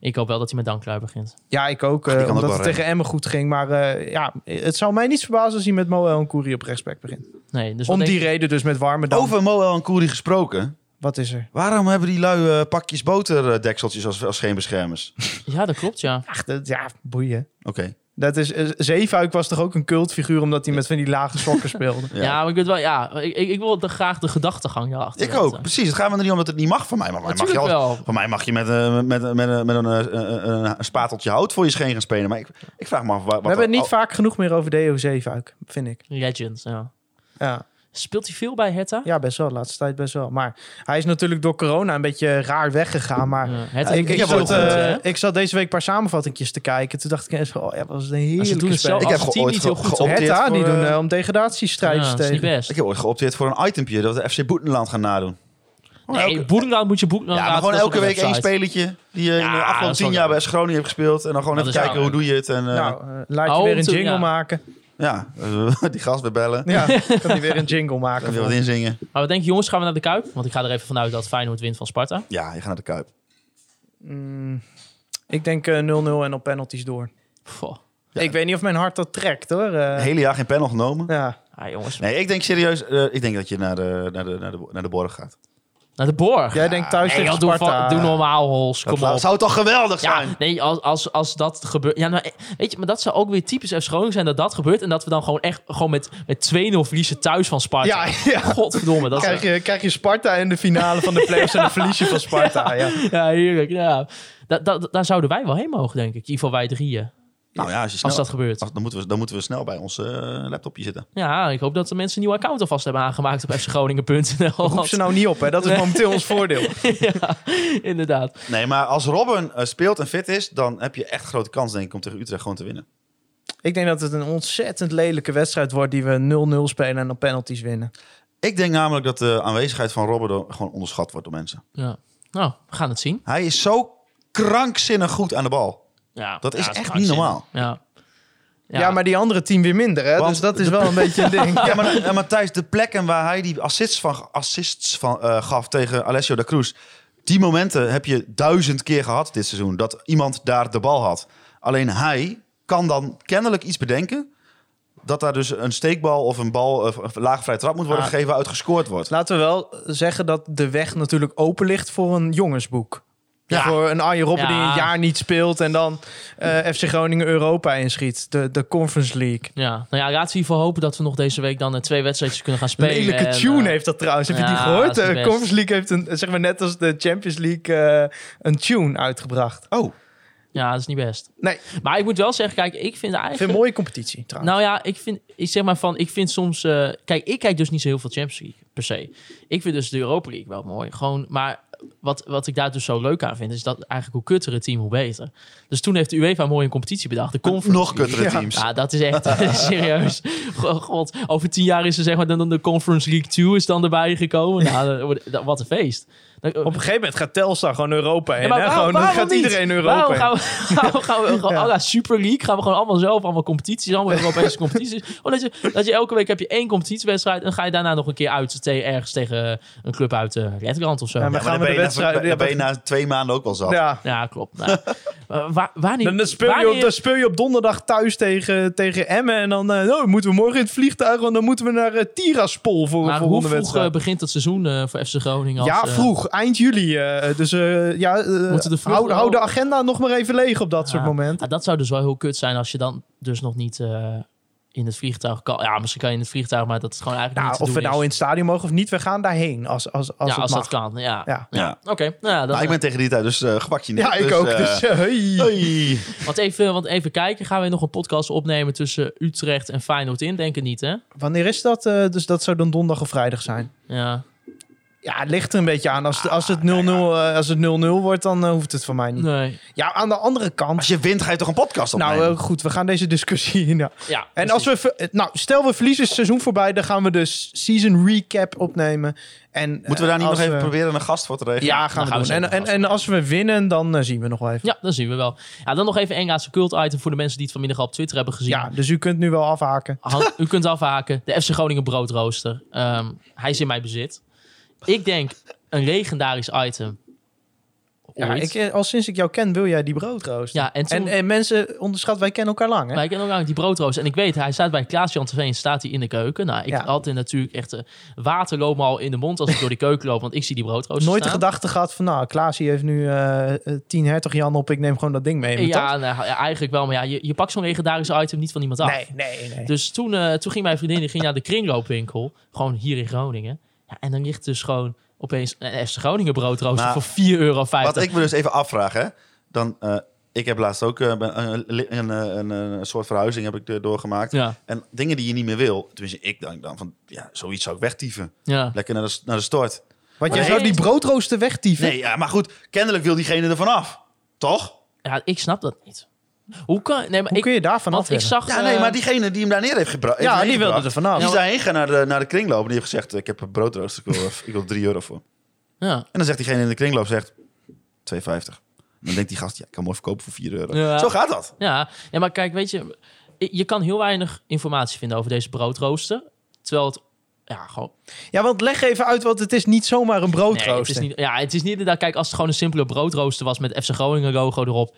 Ik hoop wel dat hij met Danklui begint.
Ja, ik ook, eh,
Die kan ook
omdat
wel
het
rennen.
tegen Emmen goed ging. Maar eh, ja, het zou mij niet verbazen als hij met Mo El Koeri op rechtsback begint.
Nee, dus wat
Om
denk
die
je?
reden dus met warme dan.
Over Moel en Koeri gesproken.
Wat is er?
Waarom hebben die lui eh, pakjes boterdekseltjes als, als geen beschermers?
Ja, dat klopt, ja.
Ach, dat, ja, boeien.
Oké.
Dat is, eh, Zeefuik was toch ook een cultfiguur omdat hij met van die lage sokken speelde.
Ja, maar ik, weet wel, ja, ik, ik ik wil de, graag de gedachtegang daarachter.
Ik
weten.
ook, precies. Het gaat me er niet om dat het niet mag van mij. Maar van mij mag je
Natuurlijk
al-
wel.
Van mij mag je met, eh, met, met, met, een, eh, een, een, een spateltje hout voor je scheen gaan spelen. Maar ik, ik vraag me af... wa- Wat oh,
We hebben het niet
al-
vaak genoeg meer over Deo Zeefuik, vind ik.
Legends, ja.
Ja.
Speelt hij veel bij Hertha?
ja, best wel. De laatste tijd best wel. Maar hij is natuurlijk door corona een beetje raar weggegaan. Maar
Ja, Hertha
ik, ik,
doet het
heb
zat,
heel
ook,
goed,
eh,
hè?
ik zat deze week een paar samenvattingjes te kijken. Toen dacht ik eens van, oh ja, wat was een
doen
heerlijke
het
spel.
zelf.
Ik
Als
heb
het
ge-
team
ooit
niet
ge-
heel goed is.
geopteerd
Hertha, die
voor, eh,
doen eh, om
Ja,
degradatiestrijdjes
dat is niet
tegen.
best.
Ik heb ooit geopteerd voor een itempje dat de FC Boetenland gaan nadoen. Oh,
Nee, Boerendaal moet je Boerendaal
Ja, maar gewoon elke week één speletje die je in de
Ja,
afgelopen
dat is
tien
wel
jaar bij
leuk.
FC Groningen hebt gespeeld. En dan gewoon
Dat
even
is
kijken hoe
wel
doe je het. En eh,
Nou, eh, laat je
Oh,
weer een
toen,
jingle
ja.
maken.
ja, eh, die gast weer bellen.
Ja, kan hij weer een jingle maken.
En weer wat
voor.
inzingen.
Maar wat denk je, jongens, gaan we naar de Kuip? Want ik ga er even vanuit dat Feyenoord wint van Sparta.
Ja, je gaat naar de Kuip.
Mm, ik denk eh, 0-0 en op penalties door.
Pff,
Ik weet niet of mijn hart dat trekt hoor. eh.
Het hele jaar geen panel genomen.
ja.
ah, jongens.
Nee, ik denk serieus, eh, ik denk dat je naar de, naar de, naar de, naar de Borg gaat.
Naar de Borg.
Jij denkt thuis
Nee,
tegen
joh, doe,
Sparta.
va- doe normaal, Hols.
Dat
Kom op.
zou toch geweldig zijn?
Ja, nee, als, als, als dat gebeurt. Ja, maar, eh, weet je, maar dat zou ook weer typisch FC Groningen zijn dat dat gebeurt. En dat we dan gewoon echt gewoon met, met 2-0 verliezen thuis van Sparta.
Ja, ja.
Godverdomme. Dat
Krijg
is,
je, krijg je Sparta in de finale van de playoffs en dan verlies je van Sparta. Ja.
ja, heerlijk. Ja. Da, da- da- daar zouden wij wel heen mogen, denk ik. In ieder geval wij drieën.
Nou ja, als, je snel,
Als dat gebeurt.
als- dan, moeten we, dan moeten we snel bij ons eh, laptopje zitten.
Ja, ik hoop dat de mensen een nieuw account alvast hebben aangemaakt op fcgroningen.nl.
Roep ze nou niet op, hè. dat is momenteel ons voordeel.
ja, inderdaad.
Nee, maar als Robin eh, speelt en fit is, dan heb je echt grote kans denk ik om tegen Utrecht gewoon te winnen.
Ik denk dat het een ontzettend lelijke wedstrijd wordt die we 0-0 spelen en op penalties winnen.
Ik denk namelijk dat de aanwezigheid van Robben door- gewoon onderschat wordt door mensen.
Ja. Nou, we gaan het zien.
Hij is zo krankzinnig goed aan de bal.
Ja,
Dat is
ja,
echt
gaat
niet
zin.
normaal.
Ja.
Ja, maar die andere team weer minder, hè?
Want
dus dat is wel een beetje een ding.
Ja, maar, eh, maar Thijs, de plekken waar hij die assists van, assists van eh, gaf tegen Alessio da Cruz... die momenten heb je duizend keer gehad dit seizoen. Dat iemand daar de bal had. Alleen hij kan dan kennelijk iets bedenken... dat daar dus een steekbal of een bal of een laagvrij trap moet worden
Ah.
gegeven... waaruit gescoord wordt.
Laten we wel zeggen dat de weg natuurlijk open ligt voor een jongensboek. Dus Voor een Arjen Robben die
Ja.
een jaar niet speelt en dan eh, FC Groningen Europa inschiet. De, de Conference League.
Ja, nou ja, laten we hiervoor hopen dat we nog deze week dan eh, twee wedstrijdjes kunnen gaan
Een
spelen.
lelijke
en,
tune
eh,
heeft dat trouwens. Heb je die
ja,
gehoord?
dat is
De
best.
Conference League heeft een, zeg maar net als de Champions League eh, een tune uitgebracht.
Oh,
Ja, dat is niet best.
Nee,
Maar ik moet wel zeggen, kijk, ik vind
ik
eigenlijk...
vind een mooie competitie trouwens.
Nou ja, ik vind, ik zeg maar van, ik vind soms, eh, kijk, ik kijk dus niet zo heel veel Champions League per se. Ik vind dus de Europa League wel mooi. Gewoon, maar wat, wat ik daar dus zo leuk aan vind, is dat eigenlijk hoe kutter het team, hoe beter. Dus toen heeft de UEFA mooi een competitie bedacht. De Conference
nog
League.
kuttere
Ja.
teams.
Ja, dat is echt serieus. Go- God, over tien jaar is er zeg maar dan dan de Conference League 2 is dan erbij gekomen. Nou, dat wordt- dat- wat een feest. Dan-
Op een gegeven moment gaat Telstar gewoon Europa in.
Ja, maar
hè?
waarom-
nou, gewoon, dan
waarom
gaat
niet?
iedereen Europa
Waarom
in.
gaan we, waarom gaan we gewoon, à la Super League, gaan we gewoon allemaal zelf allemaal competities, allemaal Europese competities. Omdat je, dat je elke week heb je één competitiewedstrijd en dan ga je daarna nog een keer uit te- ergens tegen een club uit de Redland of zo.
Ja,
Ja,
maar-
maar
gaan
dan
we
ben
de
je na-
wedstrijden-
dan ben je na twee maanden ook wel zat.
Ja.
klopt. Nou, eh, wa- wanneer,
Dan, dan speel je op,
wanneer-
dan speel je op donderdag thuis tegen, tegen Emmen. En dan eh, oh, moeten we morgen in het vliegtuig, want dan moeten we naar eh, Tiraspol voor een
maar hoe
volgende
vroeg eh,
wedstrijd.
begint het seizoen eh, voor FC Groningen? Als,
ja,
eh,
vroeg. Eind juli. eh, dus eh, ja, eh,
Moeten de vluchten
hou, hou de
ook-
agenda nog maar even leeg op dat soort
ja.
momenten.
Ja, dat zou dus wel heel kut zijn als je dan dus nog niet eh, in het vliegtuig kan. Ja, misschien kan je in het vliegtuig, maar dat is gewoon eigenlijk
Nou,
niet te
of we
doen
nou
is.
in het stadion mogen of niet, we gaan daarheen als, als, als
ja,
het
als
mag.
dat kan. Ja.
Ja.
Ja.
Oké, nou ja, dat
Nou, ik
eh,
ben tegen die tijd dus eh gebakje niet.
Ja, ik
Dus,
ook.
eh,
dus, eh, hey.
hey.
Want even, want even kijken, gaan we nog een podcast opnemen tussen Utrecht en Feyenoord in? Denk ik niet, hè?
Wanneer is dat? Eh, dus dat zou dan donderdag of vrijdag zijn.
Ja.
Ja, het ligt er een beetje aan. Als, het- als het 0-0 eh, als het 0-0 wordt, dan eh, hoeft het van mij niet.
Nee.
Ja, aan de andere kant.
Als je wint, ga je toch een podcast opnemen?
Nou, eh, goed, we gaan deze discussie hierna.
Ja.
En als we, ver- eh, nou, stel we verliezen het seizoen voorbij, dan gaan we dus season recap opnemen. En,
Moeten we daar niet nog even
proberen?
proberen een gast voor te regelen?
Ja,
Dan
gaan we
gaan we
doen. En,
zeker
en, en als we winnen, dan eh, zien we nog wel even.
Ja, dat zien we wel. Ja, dan nog even Engelse cult item voor de mensen die het vanmiddag al op Twitter hebben gezien.
Ja, dus u kunt nu wel afhaken.
Han- u kunt afhaken. De FC Groningen broodrooster. Ehm, hij is in mijn bezit. Ik denk een legendarisch item.
Ja,
Ooit.
ik, eh, al sinds ik jou ken, wil jij die broodrooster.
Ja, en toen-
en, mensen, onderschat, wij kennen elkaar lang, hè?
Maar ik ken ook eigenlijk die broodrooster. En ik weet, hij staat bij Klaas-Jan Terveen, staat hij in de keuken. Nou, ik
Ja.
had altijd natuurlijk echt eh, water loopt me al in de mond als ik door die keuken loop. Want ik zie die broodrooster
Nooit de
staan.
gedachte gehad van, nou, Klaas hier heeft nu eh eh, 10 hertog Jan op, ik neem gewoon dat ding mee.
Ja,
Moet
nou, ja, eigenlijk wel. Maar ja, je, je pakt zo'n legendarisch item niet van iemand
dat?
af.
Nee, nee, nee.
Dus toen, eh, toen ging mijn vriendin die ging naar de kringloopwinkel. Gewoon hier in Groningen. Ja, en dan ligt dus gewoon opeens een FC Groningen broodrooster
Maar-
voor 4,50 euro.
Wat ik me dus even afvraag, hè. Dan, eh, ik heb laatst ook eh, ben- een, een, eh, een, een soort verhuizing heb ik eh, doorgemaakt.
Ja,
En dingen die je niet meer wil. Tenminste, ik denk dan van, ja, zoiets zou ik wegtieven.
ja.
Lekker naar de, naar de stort.
Want jij
Nee.
zou die broodrooster wegtieven.
Nee, ja, maar goed, kennelijk wil diegene ervan af. Toch?
ja, ik snap dat niet. Hoe kan... Nee, maar
Hoe
ik,
kun je daarvan af
want ik zag...
Ja, nee,
eh,
maar diegene die hem daar neer heeft gebruikt.
Ja, die wilde er vanaf.
Die is daarheen gegaan naar de, naar de kringloop en die heeft gezegd, ik heb een broodrooster, ik wil, ik wil 3 euro voor.
eh, Ja.
En dan zegt diegene in de kringloop, zegt 2,50. Dan denkt die gast, ja, ik kan mooi verkopen voor 4 euro.
Ja.
Zo gaat dat.
Ja. ja, maar kijk, weet je... Je kan heel weinig informatie vinden over deze broodrooster. Terwijl het... Ja, gewoon...
Ja, want leg even uit, want het is niet zomaar een broodrooster.
Nee, het is niet, ja, het is niet inderdaad... Kijk, als het gewoon een simpele broodrooster was met FC Groningen logo erop...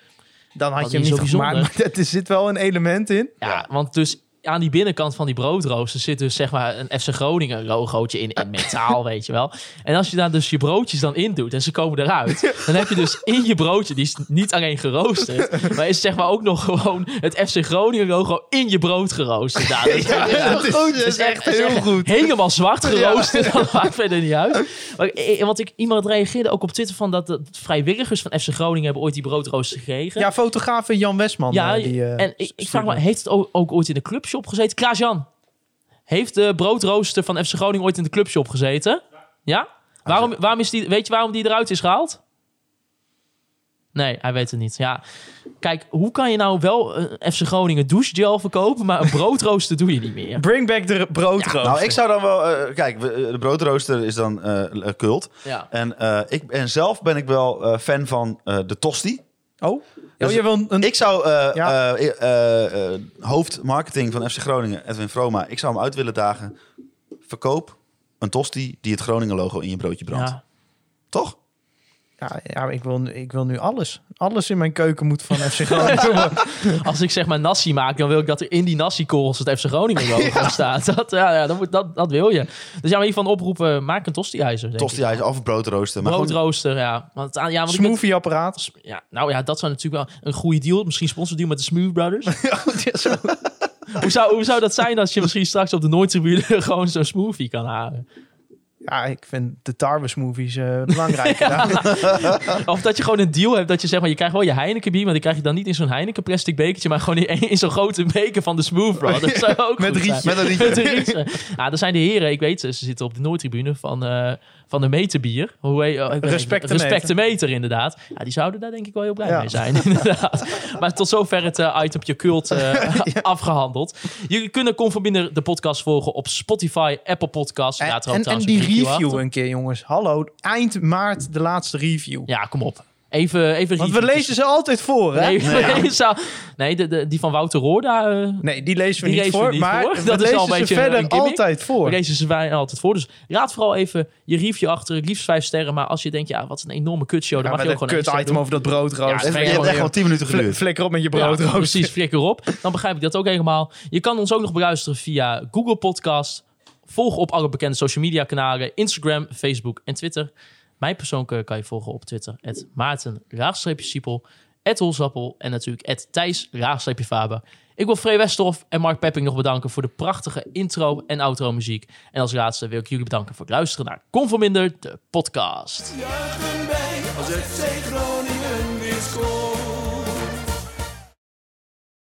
Dan had
Wat
je hem
niet
niet
zo
gemaakt, maar het- er zit wel een element in.
Ja, want dus aan die binnenkant van die broodrooster zit dus zeg maar een FC Groningen logootje in, in metaal, weet je wel. En als je daar dus je broodjes dan in doet en ze komen eruit, dan heb je dus in je broodje, die is niet alleen geroosterd, maar is zeg maar ook nog gewoon het FC Groningen logo in je brood geroosterd. Nou, dat,
Ja, dat is, dat is echt
is
heel
echt
goed.
Helemaal zwart geroosterd, dat maakt verder niet uit. Maar, eh, want ik, iemand reageerde ook op Twitter van dat de vrijwilligers van FC Groningen hebben ooit die broodrooster gekregen.
Ja, fotograaf Jan Westman.
Ja,
eh, die, eh,
en ik, ik vraag me,
stuurde.
heeft het ook, ook ooit in de clubshop gezeten? Klaas-Jan, heeft de broodrooster van FC Groningen ooit in de clubshop gezeten? Ja? Waarom, waarom is die, weet je waarom die eruit is gehaald? Nee, hij weet het niet. Ja. Kijk, hoe kan je nou wel een FC Groningen douchegel verkopen, maar een broodrooster doe je niet meer?
Bring back de broodrooster.
Nou, ik zou dan wel... eh, kijk, we- eh, de broodrooster is dan eh cult.
Ja.
En, eh, ik, en zelf ben ik wel eh, fan van eh, de tosti.
nou,
Oh, oh je wil een, een-
Ik zou eh
Ja.
eh, eh, eh, hoofdmarketing van FC Groningen, Edwin Vroma, ik zou hem uit willen dagen. Verkoop een tosti die het Groningen logo in je broodje brandt.
Ja.
Toch?
Ja, ja ik, wil, nu- ik wil nu alles. Alles in mijn keuken moet van FC Groningen.
Als ik zeg maar nasi maak, dan wil ik dat er in die nasi-korrels het FC Groningen logo staat. Dat, ja, ja, dat, moet, dat, dat wil je. Dus ja, maar hiervan oproepen, maak een tosti-ijzer. denk
Tosti
ik.
ijs of een broodrooster. Maar gewoon-
Broodrooster, ja. Want, het aan- ja, want ik ben-
Smoothie-apparaat.
ja. Nou ja, dat zou natuurlijk wel een goede deal. Misschien sponsordeal met de Smooth Brothers. hoe, zou, hoe zou dat zijn als je misschien straks op de Noordtribune gewoon zo'n smoothie kan halen?
Ja, ik vind de tarwe-smoothies eh, belangrijk. Ja.
Of dat je gewoon een deal hebt dat je zeg maar, je krijgt wel je Heineken bier, maar die krijg je dan niet in zo'n Heineken plastic bekertje, maar gewoon in, in zo'n grote beker van de Smooth Brothers. Dat zou ook
Met
goed zijn.
rietje.
Met een rietje.
Met een rietje. Ja, er zijn de heren, ik weet ze, ze zitten op de Noordtribune van, eh, van de meterbier. Hoe heet, oh, ik weet-
Respectemeter.
Respectemeter, inderdaad. Ja, die zouden daar denk ik wel heel blij
Ja.
mee zijn, inderdaad. Maar tot zover het eh, itempje cult eh, afgehandeld. Jullie kunnen Conforminder de podcast volgen op Spotify, Apple Podcasts.
En,
Laat er ook
en, en
trouwens
die
een achter.
review een keer, jongens. Hallo, eind maart de laatste review.
Ja, kom op. Even, even
Want we
review.
lezen ze altijd voor, hè?
Nee, nee, zou- nee, de, de, die van Wouter Roorda. eh
Nee, die lezen we
Die
niet
lezen we
voor.
niet
maar
voor.
we
Dat is
lezen
al een
ze
beetje
verder
een gimmick.
altijd voor.
Deze zijn wij altijd voor. Dus raad vooral even je review achter. Het liefst vijf sterren. Maar als je denkt, ja, wat een enorme kutshow.
Ja,
Dan mag
met
je ook
een
gewoon een
kut item over dat
Ja,
broodrooster.
Je
Nee,
hebt
gewoon-
echt gewoon 10 minuten
Fli-
geduurd.
Flikker op met je
Ja,
broodrooster.
precies, flikker op. Dan begrijp ik dat ook helemaal. Je kan ons ook nog beluisteren via Google Podcast. Volg op alle bekende social media kanalen. Instagram, Facebook en Twitter. Mijn persoonlijke kan je volgen op Twitter. Het Maarten, laagstreepje Siepel. Het Holzappel. En natuurlijk het Thijs, laagstreepje Faber. Ik wil Free Westerhof en Mark Pepping nog bedanken voor de prachtige intro en outro muziek. En als laatste wil ik jullie bedanken voor het luisteren naar Conforminder, de podcast.
Juichen wij als FC Groningen weer scoort.